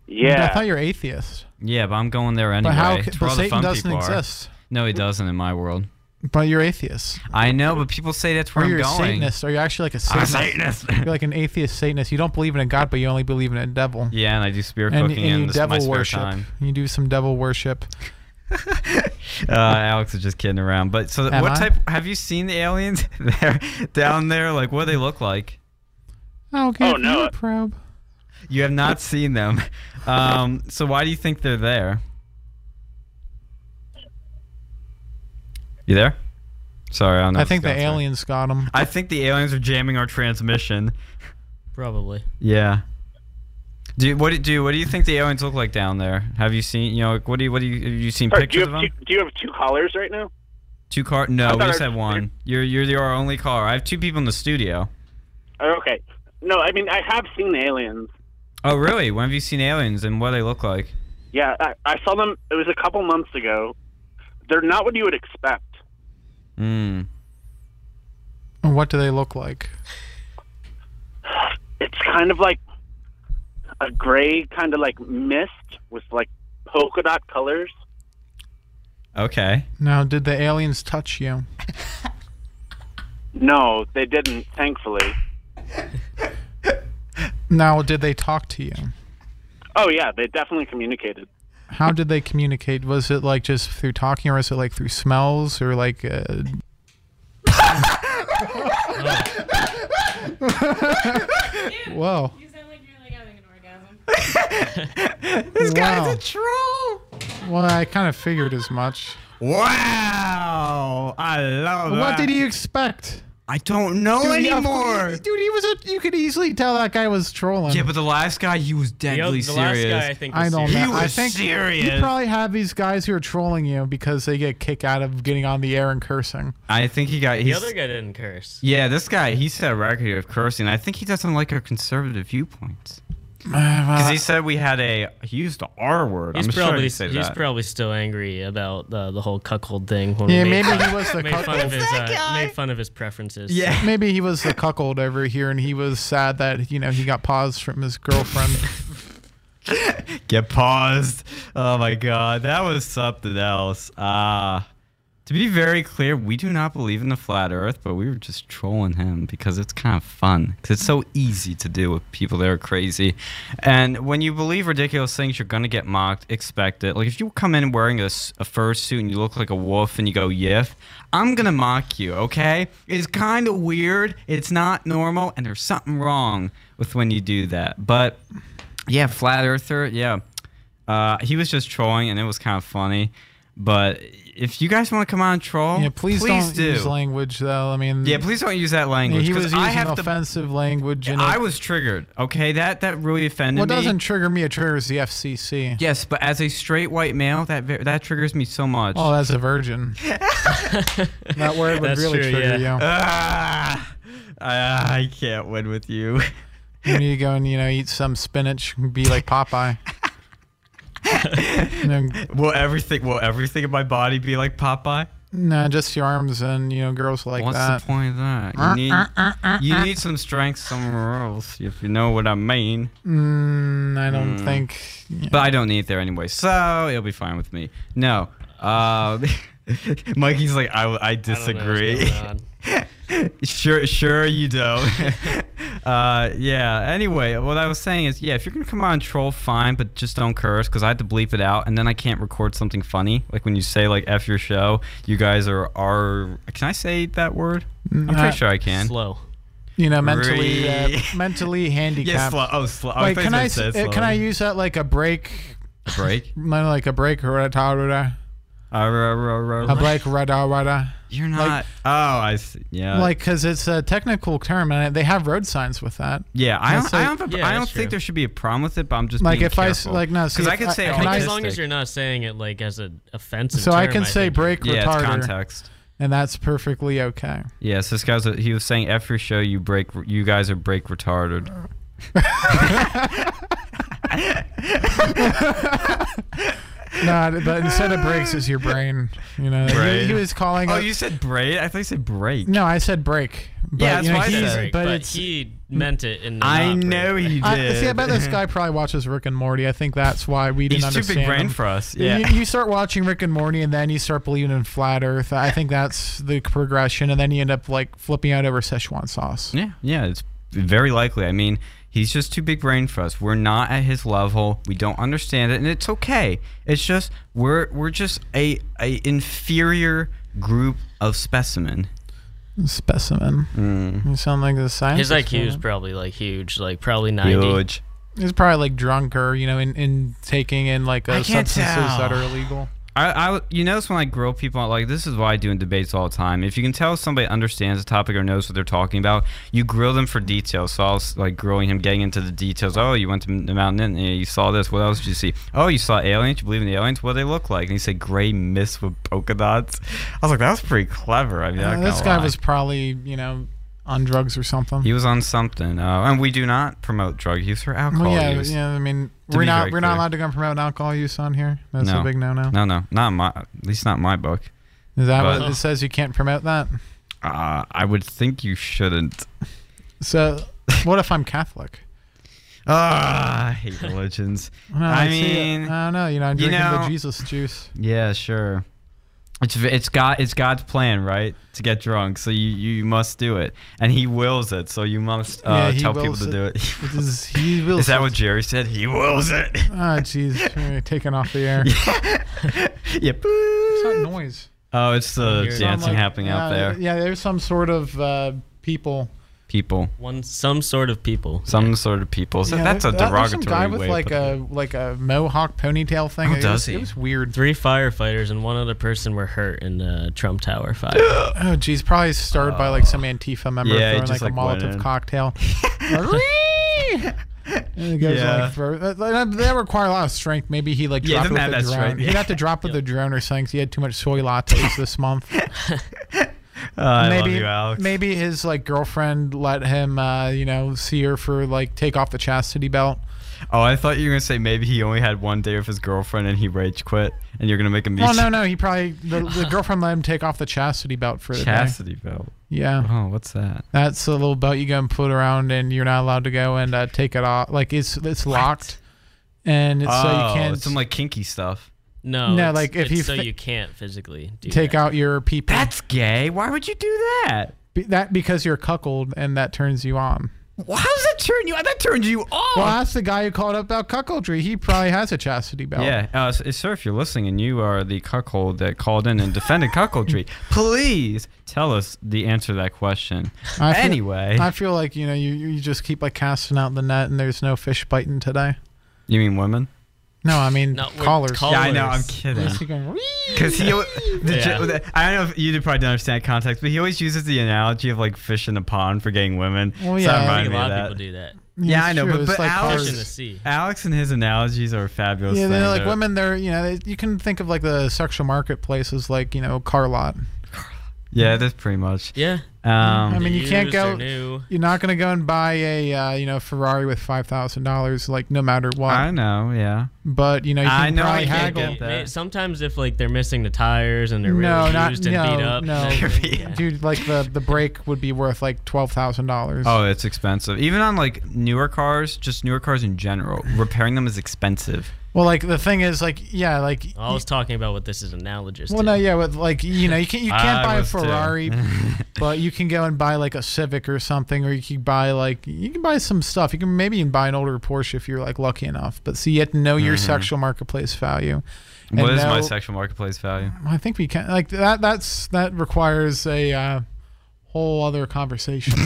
D: I
F: Yeah.
D: thought you were atheist.
B: Yeah, but I'm going there anyway.
D: But how? ca-
B: It's where
D: But
B: all the
D: Satan
B: fun
D: doesn't
B: people are.
D: exist.
B: No, he doesn't in my world.
D: But you're atheist.
B: I know, but people say that's where
D: or
B: I'm
D: you're
B: going.
D: a Satanist. Or you're actually like a
B: I'm a
D: Satanist.
B: Satanist.
D: You're like an atheist Satanist. You don't believe in a god, but you only believe in a devil.
B: yeah, and I do spear
D: And,
B: cooking
D: and
B: in
D: you
B: this, my
D: devil
B: spare
D: worship.
B: time.
D: You do some devil worship.
B: Uh, Alex is just kidding around. But so,
D: Am
B: what
D: I?
B: type? Have you seen the aliens there down there? Like, what do they look like?
D: I'll give
F: Oh, no.
D: you a probe.
B: You have not seen them. Um, so why do you think they're there? You there? Sorry, I don't know.
D: I
B: if
D: think
B: it's
D: the
B: going through.
D: aliens got him.
B: I think the aliens are jamming our transmission.
C: Probably.
B: Yeah. Do you, what do do? What do you think the aliens look like down there? Have you seen? You know, like, what do you? What do you? Have you seen
F: Sorry, do
B: pictures
F: you
B: of
F: have
B: them?
F: two, do you have two callers right now?
B: Two car?
F: I
B: No, we
F: thought
B: just
F: I-
B: have one. You're you're the, our only caller. I have two people in the studio.
F: Oh, Okay. No, I mean I have seen aliens.
B: Oh, really? When have you seen aliens and what they look like?
F: Yeah, I, I saw them. It was a couple months ago. They're not what you would expect.
B: Mm.
D: What do they look like?
F: It's kind of like a gray, kind of like mist with like polka dot colors.
B: Okay.
D: Now, did the aliens touch you?
F: No, they didn't. Thankfully.
D: Now, did they talk to you?
F: Oh yeah, they definitely communicated.
D: How did they communicate? Was it like just through talking, or was it like through smells, or like? Uh, Whoa!
E: You sound like you're like having an orgasm.
D: This wow.
B: troll.
D: Well, I kind of figured as much.
B: Wow! I love
D: What did he expect?
B: I don't know
D: Dude, of course- dude, he was a. You could easily tell that guy was trolling.
B: Yeah, but the last guy, he was
C: The,
B: deadly
C: oth- the last
B: serious.
C: guy I think. Was
D: I don't
C: serious.
D: know. I
B: was
D: think
B: serious.
D: You probably have these guys who are trolling you because they get a kick out of getting on the air and cursing.
B: I think he got.
C: The
B: He's,
C: other guy didn't curse.
B: yeah, this guy, he set a record of cursing. I think he doesn't like our conservative viewpoints. Because
D: Uh,
B: he said we had a. He used the R word.
C: He's
B: I'm sure
C: probably
B: he said
C: he's
B: that.
C: probably still angry about uh, the whole cuckold thing. When we
D: Yeah,
C: made,
D: maybe he was the
C: made fun
D: cuckold.
C: of his uh, made fun of his preferences.
B: yeah.
D: Maybe he was the cuckold over here, and he was sad that you know he got paused from his girlfriend.
B: Get paused. Oh my god, that was something else. Ah, To be very clear, we do not believe in the flat Earth, but we were just trolling him because it's kind of fun. Because it's so easy to do with people that are crazy, and when you believe ridiculous things, you're gonna get mocked. Expect it. Like if you come in wearing a, s- a fursuit and you look like a wolf and you go yiff, I'm gonna mock you. Okay? It's kind of weird. It's not normal, and there's something wrong with when you do that. But yeah, flat earther. Yeah, uh, he was just trolling, and it was kind of funny. But if you guys want to come on and troll,
D: Yeah, please, don't
B: do.
D: use language though. I mean,
B: yeah, please don't use that
D: I mean,
B: language
D: he was
B: because
D: using
B: I have to.
D: offensive language. And
B: I
D: it,
B: was triggered. Okay, that that really offended
D: what
B: me.
D: doesn't trigger me? It triggers the FCC.
B: Yes, but as a straight white male, that ver- that triggers me so much.
D: Oh, that's a virgin. that word would
C: That's
D: really
C: true,
D: trigger you.
B: Ah, I, I can't win with you.
D: You need to go and you know eat some spinach, and be like Popeye. you know,
B: will everything will everything in my body be like Popeye?
D: nah, just your arms and you know girls like
B: What's
D: that.
B: the point of that? You need you need some strength somewhere else, if you know what I mean.
D: Mm, I don't
B: Hmm.
D: think.
B: But I don't need it there anyway, so it'll be fine with me. No. Uh, Mikey's like, I, I
C: I don't know what's
B: disagree.
C: going on.
B: sure, sure you don't. uh, yeah. Anyway, what I was saying is, yeah, if you're gonna come on and troll, fine, but just don't curse, because I had to bleep it out, and then I can't record something funny. Like when you say like "f your show," you guys are are. Can I say that word? I'm
D: Uh,
B: pretty sure I can.
C: Slow.
D: You know, mentally, uh,
B: Re-
D: mentally handicapped.
B: Yeah, slow. Oh, slow. I
D: Wait,
B: thought you
D: can
B: said
D: I
B: said
D: s- uh, can
B: slow.
D: I use that like a break?
B: break?
D: Not Like a break, rada,
B: Uh, ru- ru- ru-
D: a break, rada, rada.
B: You're not. oh, I see. Yeah.
D: Like, because it's a technical term, and they have road signs with that.
B: Yeah, I don't,
D: That's
B: I
D: like-
B: don't, have a-
C: Yeah,
B: I don't
C: that's
B: think
C: true.
B: there should be a problem with it, but I'm just
D: Like,
B: being
D: if I s-
B: careful.
D: like, no, see,
B: because I
D: if
B: could
D: I-
B: say
D: I
C: Like,
D: I
C: as long as
B: autistic.
C: you're not saying it like as an offensive
D: So I
C: term,
D: can say
C: think.
D: break
B: yeah, it's
D: retarder,
B: context.
D: and that's perfectly okay.
B: Yeah, so this guy's he was saying after your show you break you guys are break retarded.
D: no, but instead of breaks is your brain. You know, he-
B: Brain.
D: He, was calling.
B: Oh,
D: it-
B: you said braid? I thought you said break.
D: no, I said break. But,
B: Yeah, that's
D: you know,
B: what I said.
D: he's-
B: Break,
D: But,
C: but
D: it's.
C: he meant it in the
B: I
C: not break.
B: know he did.
D: I, see, I bet this guy probably watches Rick and Morty. I think that's why we didn't
B: He's too
D: understand.
B: big brain
D: him.
B: for us. Yeah.
D: You, you start watching Rick and Morty, and then you start believing in flat Earth. I think that's the progression, and then you end up like flipping out over Szechuan sauce.
B: Yeah, yeah, it's very likely. I mean, he's just too big brain for us. We're not at his level. We don't understand it, and it's okay. It's just we're we're just a a inferior group of specimen.
D: Specimen. You sound like the scientist.
C: His IQ is
D: man.
C: probably like huge, like probably 90.
D: He's probably like drunk or you know, in, in taking in like uh,
B: I can't
D: substances
B: tell.
D: that are illegal.
B: I, I, you notice when I grill people out, like this is what I do in debates all the time. If you can tell somebody understands the topic or knows what they're talking about, you grill them for details. So I was like grilling him, getting into the details. Oh, you went to the mountain and you saw this. What else did you see? Oh, you saw aliens. You believe in aliens? What do they look like? And he said gray mist with polka dots. I was like, that was pretty clever. I mean,
D: Uh,
B: I'm not
D: this
B: gonna
D: guy
B: lie.
D: was probably you know on drugs or something.
B: he was on something, uh, and we do not promote drug use or alcohol
D: well, yeah,
B: use.
D: yeah. I mean,
B: To
D: we're
B: be
D: not
B: very
D: we're not
B: clear.
D: allowed to go and promote alcohol use on here. That's
B: No.
D: a big no-no.
B: No, no, not my. At least not my book.
D: Is that what
B: But-
D: it says? You can't promote that.
B: Uh, I would think you shouldn't.
D: So, what if I'm Catholic?
B: Ah, I hate religions.
D: I, don't know,
B: I
D: see it.
B: mean,
D: I don't know. You know, I'm
B: you
D: drinking
B: know-
D: the Jesus juice.
B: yeah, sure. It's it's God it's God's plan, right? To get drunk, so you you must do it, and He wills it, so you must
D: Yeah,
B: uh,
D: he
B: tell people
D: wills
B: to
D: it.
B: do it.
D: This is, he will.
B: Is that what Jerry said? He wills it.
D: Ah, jeez, we're taking off the air.
B: yeah.
D: What's that
B: boop.
D: noise?
B: Oh, it's the
C: Sound
B: dancing
D: Sound like-
B: happening out
D: yeah,
B: there.
D: Yeah, there's some sort of uh, people.
B: People,
C: One some sort of people.
B: some sort of people. So
D: Yeah,
B: that's a
D: there- there's
B: derogatory
D: some guy
B: way.
D: with
B: of
D: like
B: putting it.
D: a like a mohawk ponytail thing.
B: Oh,
D: it
B: does
D: was,
B: he?
D: It was weird.
C: Three firefighters and one other person were hurt in the Trump Tower fire.
D: Oh, geez, probably started by like some Antifa member
B: Oh. Yeah, he
D: throwing
B: just,
D: like, a
B: like, went
D: Molotov
B: in.
D: cocktail. And the guy's
B: Yeah.
D: like throw. That, that, that require a lot of strength. Maybe he like
B: Yeah,
D: dropped
B: doesn't
D: with
B: have
D: the
B: that
D: drone.
B: strength, yeah.
D: He'd have to drop with the drone or something. 'cause he had too much soy lattes this month.
B: Uh, I
D: maybe
B: love you, Alex.
D: maybe his like girlfriend let him uh, you know see her for like take off the chastity belt.
B: Oh, I thought you were gonna say maybe he only had one day with his girlfriend and he rage quit, and you're gonna make him. be
D: Well, no, no, he probably the, the girlfriend let him take off the chastity belt for the day.
B: Chastity belt.
D: Yeah.
B: Oh, what's that?
D: That's a little belt you go and put around, and you're not allowed to go and uh, take it off. Like it's it's locked, and it's, so you can't.
B: some like Oh, kinky stuff.
C: No,
D: No,
C: it's-
D: like, if
C: it's
D: he
C: so
D: fi-
C: you can't physically do
D: Take
C: that.
D: out your people.
B: That's gay. Why would you do that?
D: Be- that because you're cuckold and that turns you on.
B: Well, How does that turn you? That turns you off.
D: Well, ask the guy who called up about cuckoldry. He probably has a chastity belt.
B: yeah, uh, s- sir, if you're listening and you are the cuckold that called in and defended cuckoldry, please tell us the answer to that question.
D: I feel-
B: anyway,
D: I feel like you know you, you just keep like casting out the net and there's no fish biting today.
B: you mean women?
D: No, I mean
C: No, we're
D: callers.
C: call- Yeah, I know,
B: I'm kidding.
D: Unless you can- whee!
B: Because he, al- the,
C: Yeah.
B: jo- the- I don't know if you probably don't understand context, but he always uses the analogy of like fish in a pond for getting women.
D: Well,
B: So
D: Oh, yeah.
B: that
D: I
C: I
B: reminded
C: think a
B: me of
C: lot of
B: that.
C: people do that.
B: Yeah,
D: it's
B: I know,
D: true.
B: but-
D: It's
B: but
D: like
B: Alex-
C: Fish in the
D: callers.
C: sea.
B: Alex and his analogies are a fabulous.
D: Yeah, they're
B: thing,
D: like
B: but-
D: women. They're you know they, you can think of like the sexual marketplaces like you know car lot.
B: Yeah, that's pretty much.
C: Yeah.
D: I
B: Um,
D: mean,
C: The
D: you can't
C: used are
D: go-
C: New.
D: You're not gonna go and buy a uh, you know Ferrari with five thousand dollars like no matter what.
B: I know. Yeah.
D: but you know you can
B: I know I
D: probably
B: can't
D: haggle.
B: get that.
C: Sometimes if like they're missing the tires and they're really
D: No, not-
C: used and
D: no,
C: beat up,
D: no.
C: then-
B: Period.
D: Dude, like the the brake would be worth like twelve thousand dollars.
B: Oh, it's expensive. Even on like newer cars, just newer cars in general, repairing them is expensive.
D: Well, like the thing is, like yeah, like
C: I was talking about what this is analogous
D: well,
C: to.
D: no, yeah, with like you know you can you can't
B: I
D: buy a
B: was too.
D: Ferrari, but you can go and buy like a Civic or something, or you can buy like you can buy some stuff. You can maybe even buy an older Porsche if you're like lucky enough. But see, you have to know your sexual marketplace value. And
B: Mm-hmm. What is my
D: know-
B: sexual marketplace value?
D: I think we can like that. That's that requires a uh, whole other conversation.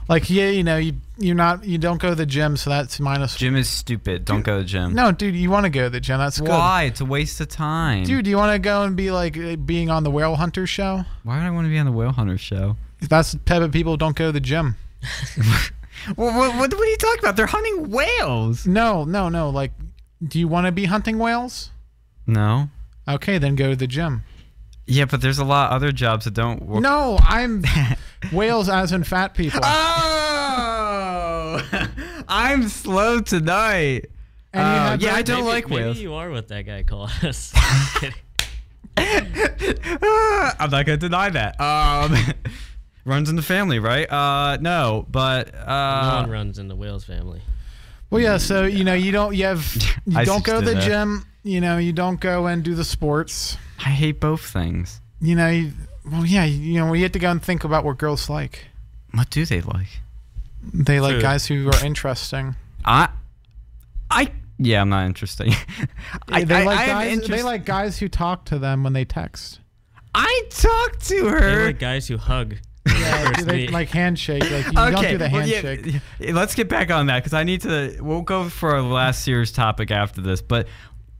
D: like yeah, you know you you're not you don't go to the gym, so that's minus.
B: Gym is stupid. Don't go to gym.
D: No, dude, you want to go to the gym. That's good.
B: Why? It's a waste of time.
D: Dude, do you want to go and be like uh, being on the Whale Hunter show?
B: Why would I want to be on the Whale Hunter show?
D: That's the type of people who don't go to the gym.
B: What, what, what are you talking about? They're hunting whales.
D: No, no, no. Like, do you want to be hunting whales?
B: No.
D: Okay, then go to the gym.
B: Yeah, but there's a lot of other jobs that don't work.
D: No, I'm whales as in fat people.
B: Uh, Oh! I'm slow tonight.
D: And you
B: Oh,
D: have
B: yeah,
D: the-
B: I don't
C: Maybe-
B: like
C: maybe
B: whales.
C: you are what that guy called us.
B: Ah, I'm not gonna deny that. Um, runs in the family, right? Uh, no, but
C: no
B: uh,
C: one runs in the whales family.
D: Well, yeah. So you know, you don't. You have. You
B: I
D: don't go to
B: did
D: the
B: that.
D: gym. You know, you don't go and do the sports.
B: I hate both things.
D: You know, you, well, yeah. You know, we have to go and think about what girls like.
B: What do they like?
D: They like
C: Food.
D: guys who are interesting.
B: I, I, yeah, I'm not interesting. I,
D: they
B: I,
D: like
B: I am
D: guys. They
B: interest-
D: like guys who talk to them when they text.
B: I talked to her.
C: They're like guys who hug.
D: Er, Yeah,
C: First
D: do they,
C: date.
D: like handshake. Like you don't do the
B: well, yeah,
D: handshake.
B: yeah, let's get back on that because I need to. We'll go for our last serious topic after this. But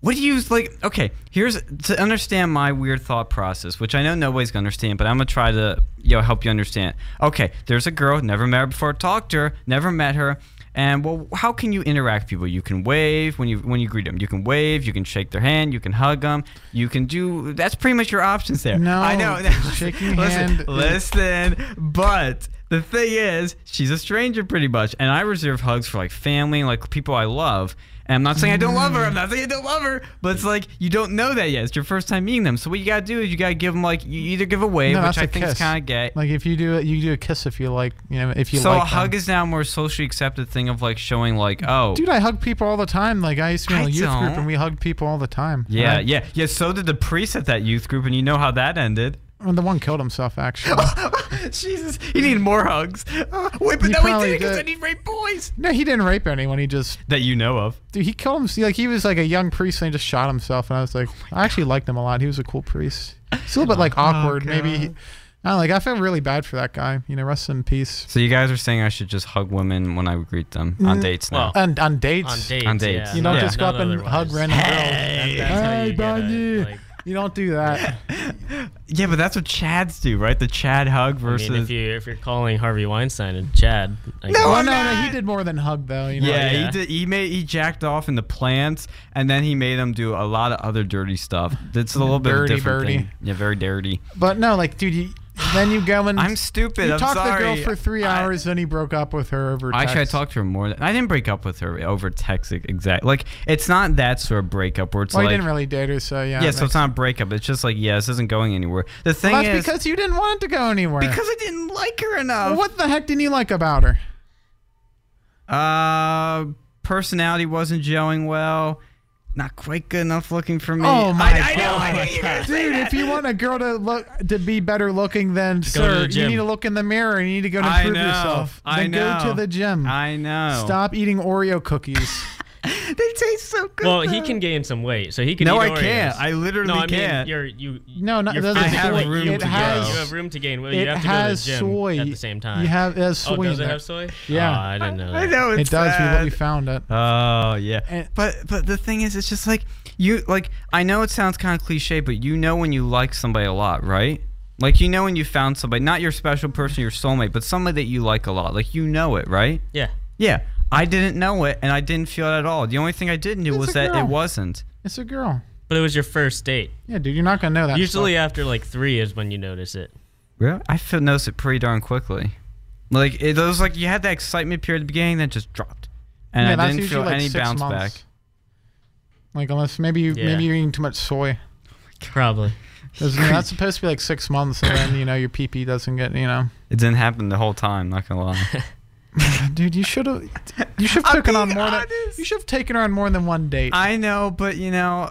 B: what do you like? Okay, here's to understand my weird thought process, which I know nobody's gonna understand, but I'm gonna try to you know, help you understand. Okay, there's a girl never met her before. Talked to her, never met her. And well, how can you interact with people? You can wave when you when you greet them. You can wave. You can shake their hand. You can hug them. You can do. That's pretty much your options there.
D: No,
B: I know.
D: shaking
B: listen,
D: hand-
B: Listen, but the thing is, she's a stranger pretty much, and I reserve hugs for like family, and, like people I love. And I'm not saying I don't love her. I'm not saying I don't love her, but it's like you don't know that yet. It's your first time meeting them, so what you gotta do is you gotta give them like you either give a wave,
D: No,
B: which
D: that's
B: I
D: a
B: think is
D: kiss.
B: kind of gay.
D: Like if you do it, you do a kiss if you like. You know, if you
B: so
D: like.
B: a hug
D: them.
B: is now a more socially accepted thing of like showing like oh
D: Dude, I hug people all the time. Like I used to be in
B: I
D: a youth
B: don't.
D: group and we hugged people all the time. And
B: yeah
D: I-
B: yeah yeah. So did the priest at that youth group, and you know how that ended.
D: well, the one killed himself actually.
B: Jesus, you need more hugs. Uh, wait, but
D: You
B: no, we
D: probably
B: didn't because
D: did.
B: I need rape boys
D: no, he didn't rape anyone. He just
B: that you know of.
D: dude, he killed himself. Like he was like a young priest and he just shot himself. And I was like, I actually liked him a lot. He was a cool priest. It's a little bit like awkward. Maybe. He, I don't know, like I feel really bad for that guy. You know, rest in peace.
B: So you guys are saying I should just hug women when I greet them
D: Mm-hmm.
B: on dates now? Uh,
C: Well,
D: And on dates.
C: On dates.
B: Oh. On dates.
C: Yeah,
D: You don't
B: Yeah.
D: just go up
C: Not
D: and
C: otherwise.
D: hug random girls.
C: That's how
D: Hey,
C: you get
D: Bungie.
C: a, like,
D: You don't do that.
B: yeah, but that's what Chads do, right? The Chad hug
C: I
B: versus.
C: mean, if you if you're calling Harvey Weinstein and Chad, I guess-
D: Well,
B: I'm
D: no, no,
B: not.
D: he did more than hug though. You know?
B: yeah,
C: Oh, yeah.
B: he did. He made he jacked off in the plants, and then he made them do a lot of other dirty stuff. That's a little bit
D: Dirty,
B: of a different
D: dirty.
B: thing. Yeah, very dirty.
D: But no, like, dude, you, then you go and
B: I'm stupid.
D: You
B: I'm
D: talked to the
B: sorry.
D: girl for three
B: I-
D: hours, then he broke up with her over. Text.
B: Actually, I talked to her more. Than, I didn't break up with her over text exactly. Like it's not that sort of breakup where it's
D: Well,
B: like
D: you didn't really date her, so yeah.
B: yeah. So
D: makes-
B: it's not a breakup. It's just like yeah, this isn't going anywhere. The thing
D: Well,
B: is
D: that's because you didn't want it to go anywhere.
B: because I didn't like her enough.
D: Well, what the heck didn't you like about her?
B: Uh, personality wasn't gelling well. not quite good enough looking for me.
D: Oh my
B: I, I know.
D: god,
B: I know you're gonna say
D: dude!
B: that.
D: If you want a girl to look to be better looking than
C: go to the
D: sir, you
C: gym.
D: need to look in the mirror. and You need to go to
B: I
D: improve
B: know,
D: yourself.
B: I
D: then go
B: know.
D: to the gym.
B: I know.
D: Stop eating Oreo cookies.
B: They taste so good.
C: Well, he
B: though.
C: can gain some weight, so he can.
B: No,
C: eat
B: I
C: Oreos.
B: can't. I literally
C: no, I
B: can't.
C: Mean, you're, you,
D: No, no,
C: you're
D: that's
B: I
D: the
B: have
D: point.
B: room
D: it
B: to
D: has,
B: go.
C: You have room to gain weight.
D: It
C: You have to go to the
D: has
C: gym
D: soy.
C: at the same time.
D: You have it has soy.
C: oh, does
D: in
C: it
D: it.
C: have soy?
D: Yeah.
C: Oh, I didn't know that.
B: I know
D: It
B: it's
D: does. We,
B: Sad.
D: we found it.
B: Oh yeah.
D: And-
B: but but the thing is, it's just like you like. I know it sounds kind of cliche, but you know when you like somebody a lot, right? Like you know when you found somebody, not your special person, your soulmate, but somebody that you like a lot. Like you know it, right?
C: Yeah.
B: Yeah. I didn't know it, and I didn't feel it at all. The only thing I did know
D: It's
B: was
D: a
B: that
D: girl.
B: it wasn't.
D: It's a girl.
C: But it was your first date.
D: Yeah, dude, you're not gonna know that.
C: Usually after like three is when you notice it.
B: Really? I feel noticed it pretty darn quickly. Like it, it was like you had that excitement period at the beginning, then it just dropped, and
D: stuff. yeah,
B: I
D: that's
B: didn't
D: usually
B: feel
D: like
B: any
D: six
B: bounce
D: months.
B: back.
D: Like unless maybe you
C: Yeah.
D: maybe you're eating too much soy.
C: Probably.
D: 'Cause, you know, that's supposed to be like six months, and then you know your pee pee doesn't get you know.
B: It didn't happen the whole time. Not gonna lie.
D: Dude, you should have you should have
B: I'm
D: taken on
B: being
D: more than
B: honest.
D: you should have taken her on more than one date.
B: I know, but you know,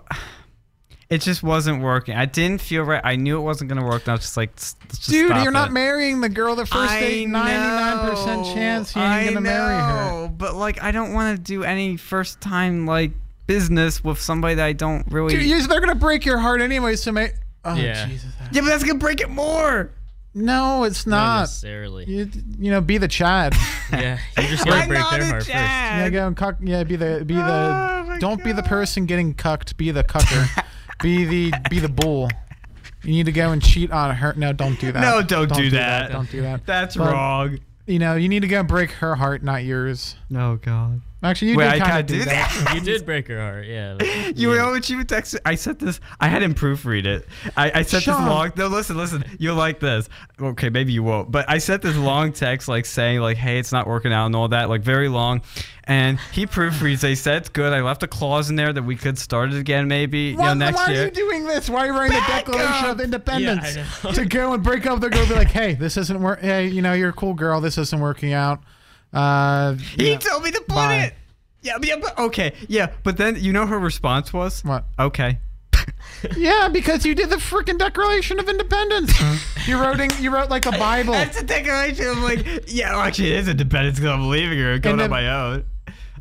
B: it just wasn't working. I didn't feel right. I knew it wasn't gonna work. And I was just like, "S- let's just
D: Dude,
B: stop
D: you're not
B: it."
D: marrying the girl the first
B: I
D: date. Ninety-nine percent
B: know,
D: chance you
B: I
D: ain't gonna marry her.
B: know, But like, I don't want to do any first time like business with somebody that I don't really.
D: Dude,
B: yeah,
D: you, they're gonna break your heart anyway. So make. Oh
C: Yeah.
D: Jesus.
B: but that's gonna break it more.
D: No, it's
C: Not
D: not.
C: necessarily.
D: You, you know, be the Chad.
C: Yeah. You just gotta
B: I'm
C: break
B: not
C: their
B: a
C: heart first.
D: yeah,
B: Chad.
D: go and cuck. Yeah, be the be
B: Oh,
D: the.
B: my
D: don't be the
B: God.
D: person getting cucked. Be the cucker. be the be the bull. You need to go and cheat on her. No, don't do that.
B: No, don't do that.
D: Don't do that.
B: That's
D: But-
B: wrong.
D: You know, you need to go and break her heart, not yours.
B: Oh God.
D: Actually, you
B: Wait, I
D: did kind
B: gotta
D: of do
B: do
D: that.
B: that.
C: You did break her heart. Yeah. like,
B: You
C: yeah.
B: know what you would text? I said this. I had him proofread it. I, I sent
D: Shut
B: this
D: up.
B: long. No, listen, listen. You'll like this. Okay, maybe you won't. But I sent this long text, like saying, like, "Hey, it's not working out," and all that, like very long. And he proofreads. They said it's good. I left a clause in there that we could start it again, maybe you know,
D: Why,
B: next
D: why
B: year.
D: are you doing this? Why are you writing
B: Back
D: the Declaration
B: up!
D: of Independence
C: Yeah, I know.
D: to go and break up? They're going to be like, "Hey, this isn't work. Hey, you know, you're a cool girl. This isn't working out." Uh,
B: he
D: yeah.
B: told me to put
D: Bye.
B: it. Yeah, but- yeah, but okay, yeah. But then you know her response was,
D: What?
B: "Okay."
D: Yeah, because you did the freaking Declaration of Independence. you wrote in, you wrote like a Bible.
B: That's a declaration of like, yeah, well, actually, it is independence because I'm leaving her and going on
D: And then-
B: my own.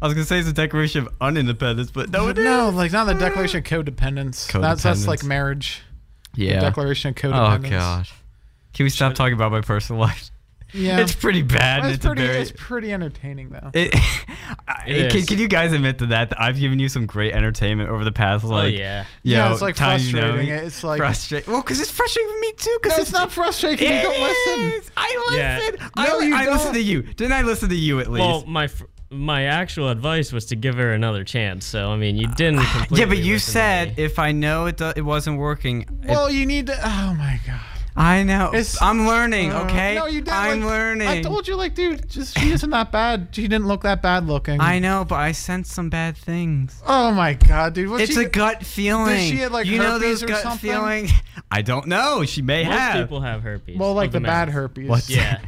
B: I was gonna say it's a declaration of unindependence, but no, it
D: no,
B: is. Uh.
D: like not the Declaration of Codependence. That's that's
B: Codependence.
D: like marriage.
B: yeah.
D: Declaration of
B: oh
D: Codependence.
B: gosh, can we stop talking about my personal life?
D: Yeah.
B: It's pretty bad.
D: That's
B: it's
D: pretty,
B: a very.
D: it's pretty entertaining though.
B: it, I-
C: It
B: can,
C: is.
B: can you guys admit to that? that I've given you some great entertainment over the past
C: Oh
B: like.
C: yeah.
B: you
D: Yeah,
B: know,
D: it's, like,
B: time you know
D: frustrating.
B: me.
D: It's like-
B: Frustra- Well, because it's frustrating for me too. Because
D: No, it's not frustrating. You don't listen.
B: I
C: Yeah.
B: listen.
D: No,
B: I,
D: you
B: I listen
D: don't.
B: to you. Didn't I listen to you at least?
C: Well, my fr- my actual advice was to give her another chance. So I mean, you didn't completely.
B: Ah, Yeah, but you
C: listen to
B: said
C: me.
B: if I know it, do- it wasn't working. it-
D: Well, you need to. Oh my god.
B: I know.
D: it's-
B: I'm learning.
D: Uh,
B: okay.
D: No, you didn't.
B: I'm
D: like,
B: learning.
D: I told you, like, dude, just she isn't that bad. She didn't look that bad looking.
B: I know, but I sense some bad things.
D: Oh my god, dude. What's
B: it's
D: she,
B: a gut feeling.
D: does she have, like,
B: you know
D: herpes
B: those
D: or
B: gut
D: something?
B: feeling? I don't know. She may
C: most
B: have.
C: people have herpes.
D: Well, like
C: of
D: the bad
C: mouth.
D: herpes.
B: What's-
C: Yeah.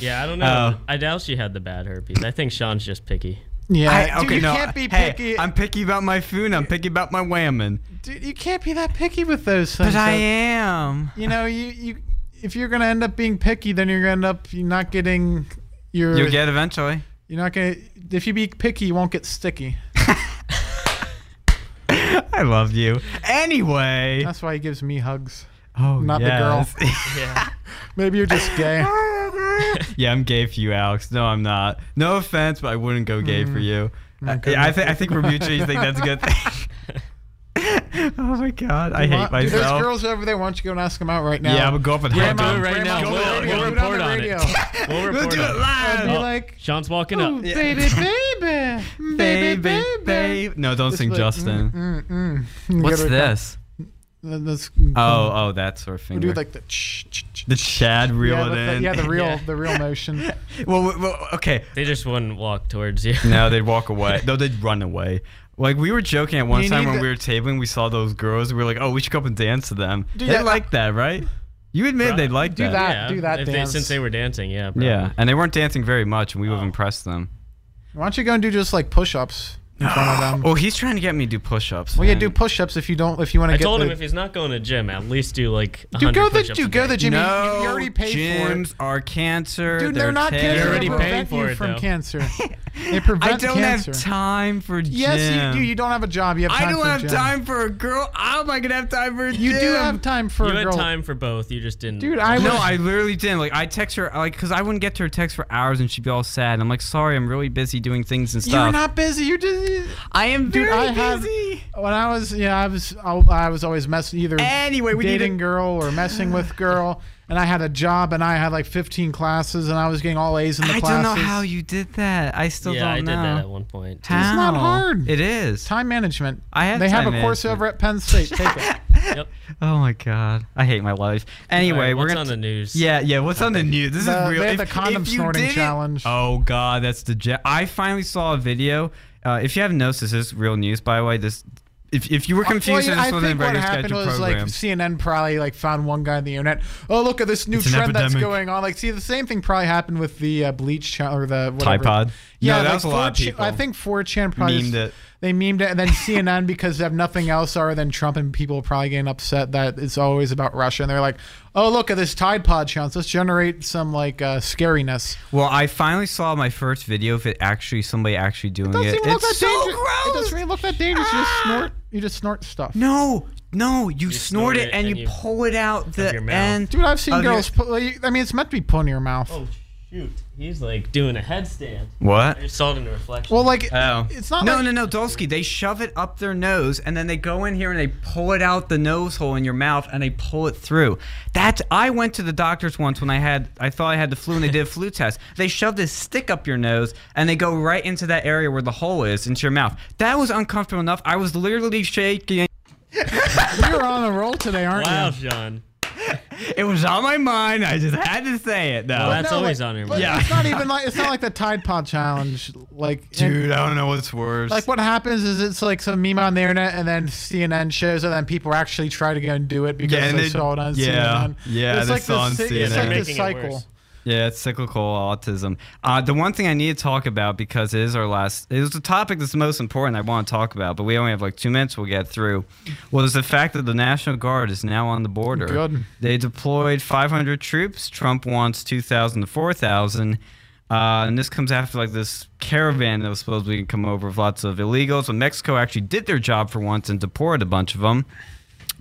C: Yeah, I don't know.
B: Oh.
C: I doubt she had the bad herpes. I think Sean's just picky.
D: Yeah.
B: I, okay,
D: dude, you
B: no,
D: can't be
B: hey,
D: picky.
B: I'm picky about my food. I'm picky about my whammon.
D: dude, you can't be that picky with those things.
B: But I
D: though.
B: am.
D: You know, you you if you're gonna end up being picky, then you're gonna end up not getting your.
B: You'll get eventually.
D: You're not gonna. If you be picky, you won't get sticky.
B: I love you. Anyway.
D: That's why he gives me hugs.
B: oh,
D: not the girl.
B: girl.
C: Yeah.
D: Maybe you're just gay.
B: yeah, I'm gay for you, Alex. No, I'm not. No offense, but I wouldn't go gay
D: Mm.
B: for you. I, I, think I think we're mutually think that's a good thing. oh my god, I hate
D: Dude, there's
B: myself.
D: girls over there. Why don't you go and ask them out right now?
B: yeah, I'm gonna go up and
C: Yeah,
B: hug
C: do
D: Grandma-
C: it
B: them.
C: right
D: grandma,
C: now.
D: go
C: We'll,
D: on-
C: we'll
D: go on
C: report
D: the
C: on
D: radio.
C: it. We'll
B: We'll
C: report
B: do it
C: on it.
D: Be
B: live.
D: like,
C: Sean's walking
D: Ooh,
C: up.
D: baby, baby, baby,
B: Baby,
D: baby,
B: babe. No, don't
D: Just
B: sing
D: like,
B: Justin.
D: Mm, mm, mm.
B: What's
D: Get rid of
B: this?
D: that. Th- That's,
B: Oh, oh, that sort of
D: we
B: thing.
D: do like the ch- ch- ch-
B: the Chad reel
D: yeah,
B: it
D: the,
B: in.
D: yeah, the real,
C: Yeah.
D: the real motion.
B: well, well, well, okay.
C: They just wouldn't walk towards you.
B: No, they'd walk away. no, they'd run away. Like we were joking at one
D: You
B: time
D: need
B: when
D: to-
B: we were tabling, we saw those girls. We were like, "Oh, we should go up and dance to them."
D: Dude,
B: they
D: yeah.
B: like that, right? You admit
C: Right.
B: they like
D: Do
B: that.
D: that. do that
C: if
D: dance.
C: They, since they were dancing, yeah. Probably.
D: Oh.
B: Yeah, and they weren't dancing very much, and we would have impressed them.
D: Why don't you go and do just like push-ups? in front of them.
B: Oh, he's trying to get me to do push-ups.
D: Well, yeah,
B: man.
D: do push-ups if you don't if you want
C: I
D: to get.
C: told
D: the,
C: him if he's not going to gym, at least do like.
D: Dude,
C: 100
D: go to the
C: push-ups
D: dude,
C: a
D: go to
C: day.
D: the gym. You-
B: no,
D: you, already paid for it.
B: gyms are cancer.
D: Dude, they're not
B: terrible.
D: gonna
C: You're already
D: prevent
C: paying
D: you
C: for it,
D: from
C: though.
D: cancer. They
B: I
D: prevent
B: don't
D: cancer.
B: have time for gym.
D: Yes, you do. You don't have a job. You have time
B: I don't
D: for
B: have
D: gym.
B: time for a girl. How am I gonna have time for a
D: You
B: gym?
D: do have time for
C: You
D: a
C: had
D: girl.
C: time for both. You just didn't.
D: Dude, I
B: No,
D: was-
B: I literally didn't. Like, I text her, like, because I wouldn't get to her text for hours and she'd be all sad. And I'm like, sorry, I'm really busy doing things and stuff.
D: You're not busy. You're just.
B: I am
D: Dude,
B: very
D: I had-
B: busy.
D: When I was, yeah, I was, oh, I was always messing either
B: Anyway, we need
D: dating
B: to-
D: girl or messing with girl, and I had a job and I had like 15 classes and I was getting all A's in the
B: I don't
D: classes.
B: know how you did that. I still
C: yeah, I
B: don't
C: did
B: know.
C: that at one point. too.
B: How?
D: not hard.
B: It is.
D: Time management.
B: I have
D: They have
B: time
D: a course
B: management.
D: over at Penn State. Take it.
C: Yep.
B: Oh my god, I hate my life. Anyway,
C: All right,
B: we're
C: what's
B: gonna.
C: on the news.
B: yeah, yeah. What's on the news? This
D: The-
B: is real.
D: they had the condom
B: you
D: snorting
B: didn't-
D: challenge.
B: Oh god, that's the. Je- I finally saw a video. Uh, if you haven't noticed, this is real news. By the way, this. If, if you were confused,
D: Well,
B: and
D: I
B: this wasn't
D: think what
B: a regular
D: happened
B: scheduled
D: was
B: program.
D: like CNN probably like found one guy on the internet. Oh, look at this new
B: It's an
D: trend that's
B: epidemic.
D: going on. Like, see, the same thing probably happened with the uh, bleach cha- or the whatever.
B: Tide Pod?
D: Yeah,
B: No, that
D: like
B: was a lot of
D: 4chan
B: people.
D: I think 4chan probably
B: Memed it.
D: They memed it, and then CNN because they have nothing else other than Trump, and people are probably getting upset that it's always about Russia. And they're like, "Oh, look at this Tide Pod challenge. Let's generate some like uh, scariness."
B: well, I finally saw my first video of it. Actually, somebody actually doing
D: Doesn't
B: it.
D: even look that
B: It's so
D: dangerous. It
B: gross. Ah!
D: doesn't really look that dangerous. You just snort. You just snort stuff.
B: no, no. You,
C: snort
B: snort it and, you, pull it out the
C: your mouth.
B: end.
D: Dude, I've seen
B: of your-
D: girls. Put, like, I mean, it's meant to be put in your mouth.
C: Oh shoot, he's like doing a headstand.
B: What?
C: I just saw it in the reflection.
D: Well, like
B: Oh.
D: it's not.
B: No,
D: like,
B: no, no, Dolsky. They shove it up their nose and then they go in here and they pull it out the nose hole in your mouth and they pull it through. That I went to the doctors once when I had I thought I had the flu and they did a flu test. They shove this stick up your nose and they go right into that area where the hole is into your mouth. That was uncomfortable enough. I was literally shaking.
D: You're on a roll today, aren't
C: wow,
D: you?
C: Sean.
B: It was on my mind. I just had to say it though.
C: Well, that's
D: No,
C: always
D: like-
C: on your
D: but
C: mind.
B: Yeah.
D: It's not even like it's not like the Tide Pod challenge. Like, and-
B: I don't know what's worse.
D: like what happens is it's like some meme on the internet, and then CNN shows, and then people actually try to go and do it because
B: Yeah, and
D: they
B: it-
D: saw it on
B: yeah,
D: CNN.
B: yeah,
D: it's
B: they
D: like
B: saw on
D: the, ci-
B: CNN.
D: It's like
C: They're
D: the
C: making it
D: cycle.
C: worse.
B: Yeah, it's cyclical autism. Uh, the one thing I need to talk about because it is our last, it was the topic that's most important I want to talk about, but we only have like two minutes. We'll get through. Was the fact that the National Guard is now on the border?
D: Good.
B: They deployed 500 troops. Trump wants 2,000 to 4,000. Uh, and this comes after like this caravan that was supposed to come over with lots of illegals. And Mexico actually did their job for once and deported a bunch of them.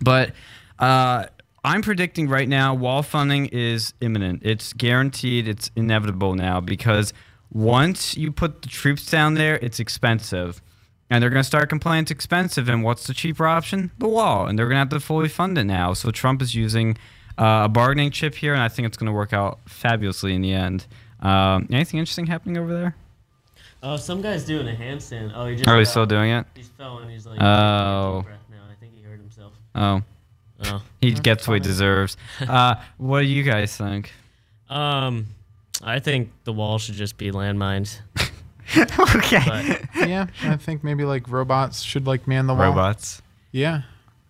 B: But uh, I'm predicting right now wall funding is imminent. It's guaranteed. It's inevitable now because once you put the troops down there, it's expensive. And they're going to start complaining it's expensive. And what's the cheaper option? The wall. And they're going to have to fully fund it now. So Trump is using uh, a bargaining chip here. And I think it's going to work out fabulously in the end. Um, anything interesting happening over there?
C: Oh, some guy's doing a handstand. Oh, he just.
B: Are we
C: fell.
B: still doing it?
C: He's fell and he's like.
B: Oh.
C: taking a deep breath now. I think he hurt himself.
B: Oh,
C: Oh.
B: he gets what he deserves. Uh, what do you guys think?
C: Um, I think the wall should just be landmines.
B: okay.
C: But
D: yeah, I think maybe like robots should like man the wall.
B: Robots.
D: Yeah.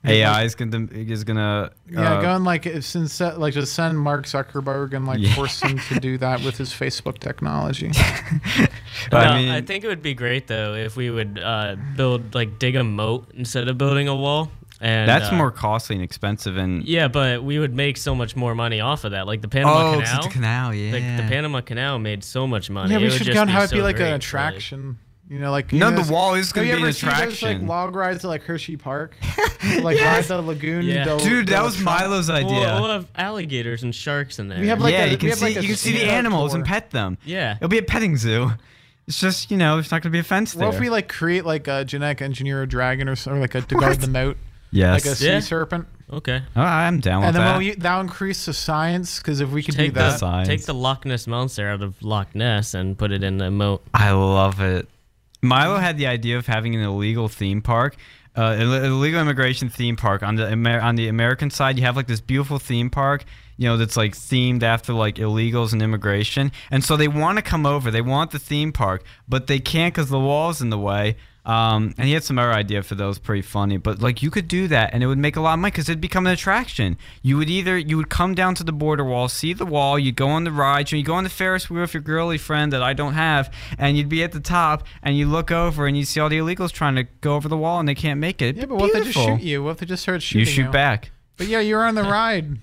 B: AI is gonna is gonna
D: Yeah,
B: uh,
D: go and like since uh, like just send Mark Zuckerberg and like
B: Yeah.
D: force him to do that with his Facebook technology.
B: I
C: no,
B: mean-
C: I think it would be great though if we would uh, build like dig a moat instead of building a wall. And
B: that's
C: uh,
B: more costly and expensive and
C: Yeah, but we would make so much more money off of that. Like the Panama Canal.
B: Oh, the canal, yeah.
C: Like the Panama Canal made so much money.
D: Yeah,
C: It
D: we
C: would
D: should
C: just
D: go and have it be
C: so
D: like
C: great,
D: an
C: like-
D: attraction. You know,
B: No,
D: like you know,
B: the
D: those-
B: wall is
D: Have
B: gonna
D: you
B: be an
D: ever seen Those,
B: attraction.
D: like log rides at like Hershey Park, like ride the lagoon.
C: Yeah.
D: they'll-
B: Dude, that
D: they'll
B: was
D: try-
B: Milo's idea.
C: We'll, we'll have alligators and sharks in there.
D: We have, like,
B: yeah,
D: a-
B: you can
D: we have,
B: see
D: like, a
B: you can see the
D: casino
B: animals
D: tour.
B: and pet them.
C: Yeah.
B: it'll be a petting zoo. It's just you know it's not gonna be a fence
D: What
B: there.
D: if we like create like a genetic engineer a dragon or something, like a to guard the moat,
B: yes,
D: like a sea
C: Yeah.
D: serpent,
C: okay.
B: oh, I'm down with
D: and then
B: that.
D: we'll, u- that'll increase the science because if we could do
C: Take
D: that,
B: that.
C: the, take the Loch Ness monster out of Loch Ness and put it in the oh, moat.
B: I love it. Milo had the idea of having an illegal theme park, uh, ill- illegal immigration theme park on the Amer- on the American side. You have like this beautiful theme park, you know, that's like themed after like illegals and immigration. And so they want to come over. They want the theme park, but they can't because the wall's in the way. Um, and he had some other idea for those, pretty funny. But like you could do that, and it would make a lot of money because it'd become an attraction. You would either you would come down to the border wall, see the wall, you'd go on the ride, you go on the Ferris wheel with your girly friend that I don't have, and you'd be at the top, and you look over and you see all the illegals trying to go over the wall, and they can't make it.
D: Yeah, but what if they
B: Beautiful.
D: just shoot you? What if they just start shooting
B: You shoot back.
D: But yeah, you're on the ride.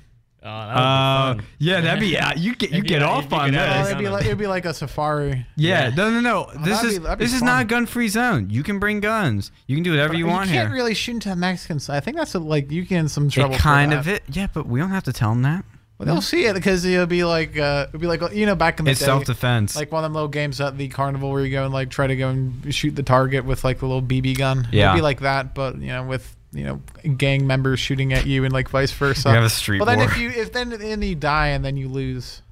C: Oh,
B: Uh,
C: that would be fun.
B: yeah, that'd be uh, you get you
C: be
B: get
C: like-
B: off
C: you
B: on
C: could
B: that.
C: have
D: Well,
C: it's
D: it'd be
C: kinda-
D: like it'd be like a safari.
B: Yeah, no, no, no. this
D: that'd
B: is
D: be- that'd be
B: this is
D: fun.
B: not a gun-free zone. You can bring guns. You can do whatever you, want
D: can't
B: here.
D: really shoot into the Mexican side. I think that's a, like you get in some trouble.
B: it
D: for
B: kind
D: that.
B: of it. Yeah, but we don't have to tell them that.
D: Well, they'll see it because it'll be like uh, it'll be like you know back in the
B: It's
D: day,
B: self-defense.
D: Like one of them little games at the carnival where you go and like try to go and shoot the target with like the little BB gun.
B: Yeah.
D: It'll be like that, but you know with you know gang members shooting at you and like vice versa.
B: We have a street
D: But then
B: war.
D: if you if then then you die and then you lose,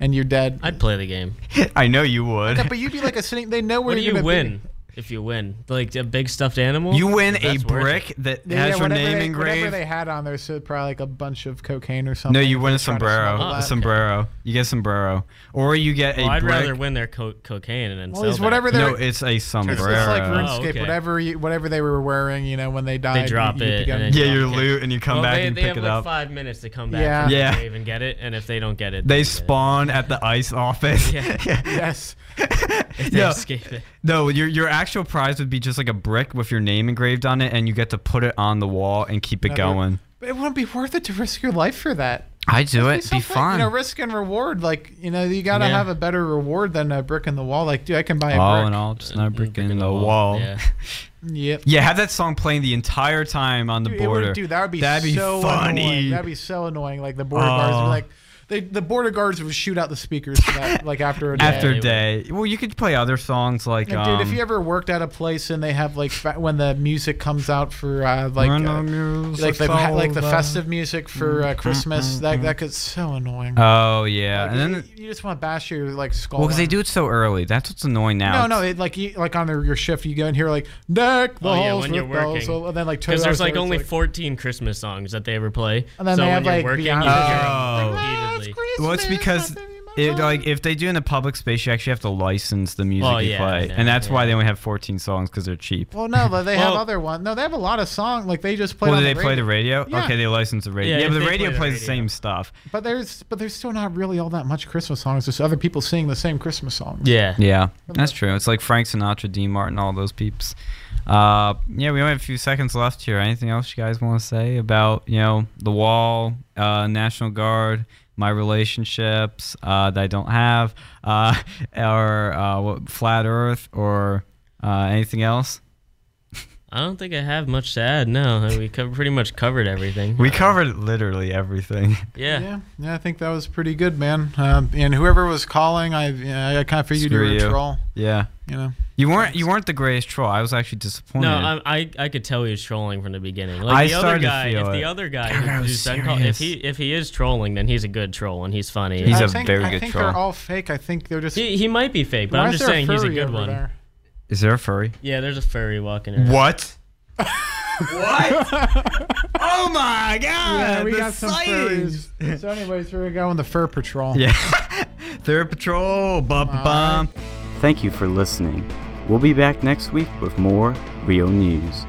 D: and you're dead.
C: I'd play the game.
B: I know you would.
D: Yeah, but you'd be like a sitting. They know where
C: What do
D: you're
C: you
D: gonna
C: win
D: Be.
C: if you win? Like a big stuffed animal?
B: you win a
C: That's worth
B: brick that
D: Yeah,
B: has your
D: whatever
B: name
D: they, Whatever
B: engraved.
D: they had on there, so probably like a bunch of cocaine or
B: no,
D: something.
B: you win a
D: Try to
B: sombrero.
D: smuggle
B: A
C: Ah,
D: that.
B: sombrero. You get a sombrero, or you get a
C: Well, I'd
B: brick.
C: rather win their co- cocaine and then
D: Well,
C: sell
D: it's
C: that.
D: whatever they're.
B: no, it's a
D: It's,
B: sombrero.
D: it's like RuneScape,
C: Oh, okay.
D: whatever you, whatever they were wearing, you know, when they died. you-
C: drop
D: you
C: it
D: began-
C: and then-
B: yeah,
C: Yeah,
B: you
C: okay.
B: loot and you come
C: Well,
B: back
C: they,
B: and
C: they
B: pick
C: have
B: it
C: like
B: up.
C: five minutes to come back.
D: Yeah.
C: If
B: Yeah.
C: They even get it, and if they don't get it,
B: They
C: get it.
B: spawn at the ice office.
C: Yeah.
D: yes,
C: If they
B: Yeah.
C: escape it.
B: No, your your actual prize would be just like a brick with your name engraved on it, and you get to put it on the wall and keep it
D: Another-
B: going.
D: but it wouldn't be worth it to risk your life for that.
B: I do it.
D: It's
B: Be
D: something, You know,
B: fun.
D: risk and reward. Like you know, you gotta
C: Yeah.
D: have a better reward than a brick in the wall. Like, dude, I can buy a
B: All
D: brick.
B: in all, just not brick
C: Brick
B: in the wall.
C: Yeah.
D: Yep.
B: Yeah, have that song playing the entire time on the
D: Dude, it would-
B: border.
D: dude, that would be
B: That'd be
D: so
B: funny.
D: Annoying. That'd be so annoying. Like the border
B: Aw.
D: guards would be like, they, the border guards would shoot out the speakers for that, like after a day.
B: After
C: they
B: day, well, you could play other songs like,
D: Like,
B: um,
D: dude, if you ever worked at a place and they have like fa- when the music comes out for uh, like
B: Run
D: uh,
B: on music
D: like the
B: soul
D: like the
B: that-
D: festive music for uh, Christmas, that that gets so annoying.
B: Mm-hmm, Oh yeah,
D: Like,
B: and then
D: you, you just want to bash your like skull.
B: well, because they
D: on.
B: do it so early. That's what's annoying now.
D: No, no, it, like you, like on your shift, you go in here like deck the
C: Oh, yeah,
D: halls
C: when
D: with
C: you're
D: bells,"
C: working.
D: and then like two
C: Because
D: hours
C: there's like
D: later, it's
C: only 14 Christmas songs that they ever play.
D: And then
C: so
D: they
C: when
D: have,
C: you're
D: like,
C: working,
D: Beyonce.
C: you hear 'em
B: Oh.
C: repeatedly.
B: Well, it's because it like if they do in a public space, you actually have to license the music
C: Oh,
B: you
C: yeah,
B: play,
C: yeah,
B: and that's why
C: yeah.
B: they only have 14 songs because they're cheap.
D: Well, no, but they have
C: Well-
D: other ones. No, they have a lot of songs. Like they just play.
B: Well,
D: on
B: do they
D: the
B: play the
D: radio.
B: radio?
D: Yeah.
B: Okay, they license the radio.
C: Yeah,
B: Yeah,
C: if
B: but the
C: they
B: radio
C: play the
B: plays the
C: radio.
B: same stuff.
D: But there's but there's still not really all that much Christmas songs. There's other people singing the same Christmas songs.
C: Yeah.
B: Yeah, that's true. It's like Frank Sinatra, Dean Martin, all those peeps. Uh, yeah, we only have a few seconds left here. Anything else you guys want to say about you know the wall, uh, National Guard, my relationships uh, that I don't have, uh, or uh, what, flat Earth, or uh, anything else?
C: I don't think I have much to add. No, we co- pretty much covered everything.
B: We covered literally everything.
C: yeah.
D: Yeah, yeah, I think that was pretty good, man. Um, and whoever was calling, I yeah, I kind of figured
B: Screw
D: you were
B: you.
D: a troll.
B: yeah,
D: You know,
B: you weren't you weren't the greatest troll. I was actually disappointed.
C: No, I, I I could tell he was trolling from the beginning. Like
B: I
C: the
B: started
C: other
B: to
C: guy,
B: feel
C: if
B: it.
C: the other guy,
B: God, I was
C: who's done call- if
B: serious.
C: he if he is trolling, then he's a good troll and he's funny.
B: He's
D: I
B: a
D: think,
B: very
D: I
B: good
D: think
B: troll.
D: They're all fake. I think they're just.
C: he, he might be fake, but
D: Why
C: I'm
D: is
C: just
D: there
C: saying he's a
D: furry
C: good
D: over
C: one.
D: there?
B: Is there a furry?
C: Yeah, there's a furry walking around.
B: What? what? oh my god!
D: Yeah, we
B: the
D: got some
B: science!
D: furries. So, anyways, we're going the fur patrol.
B: Yeah. Third patrol. Bum bum.
A: Thank you for listening. We'll be back next week with more real news.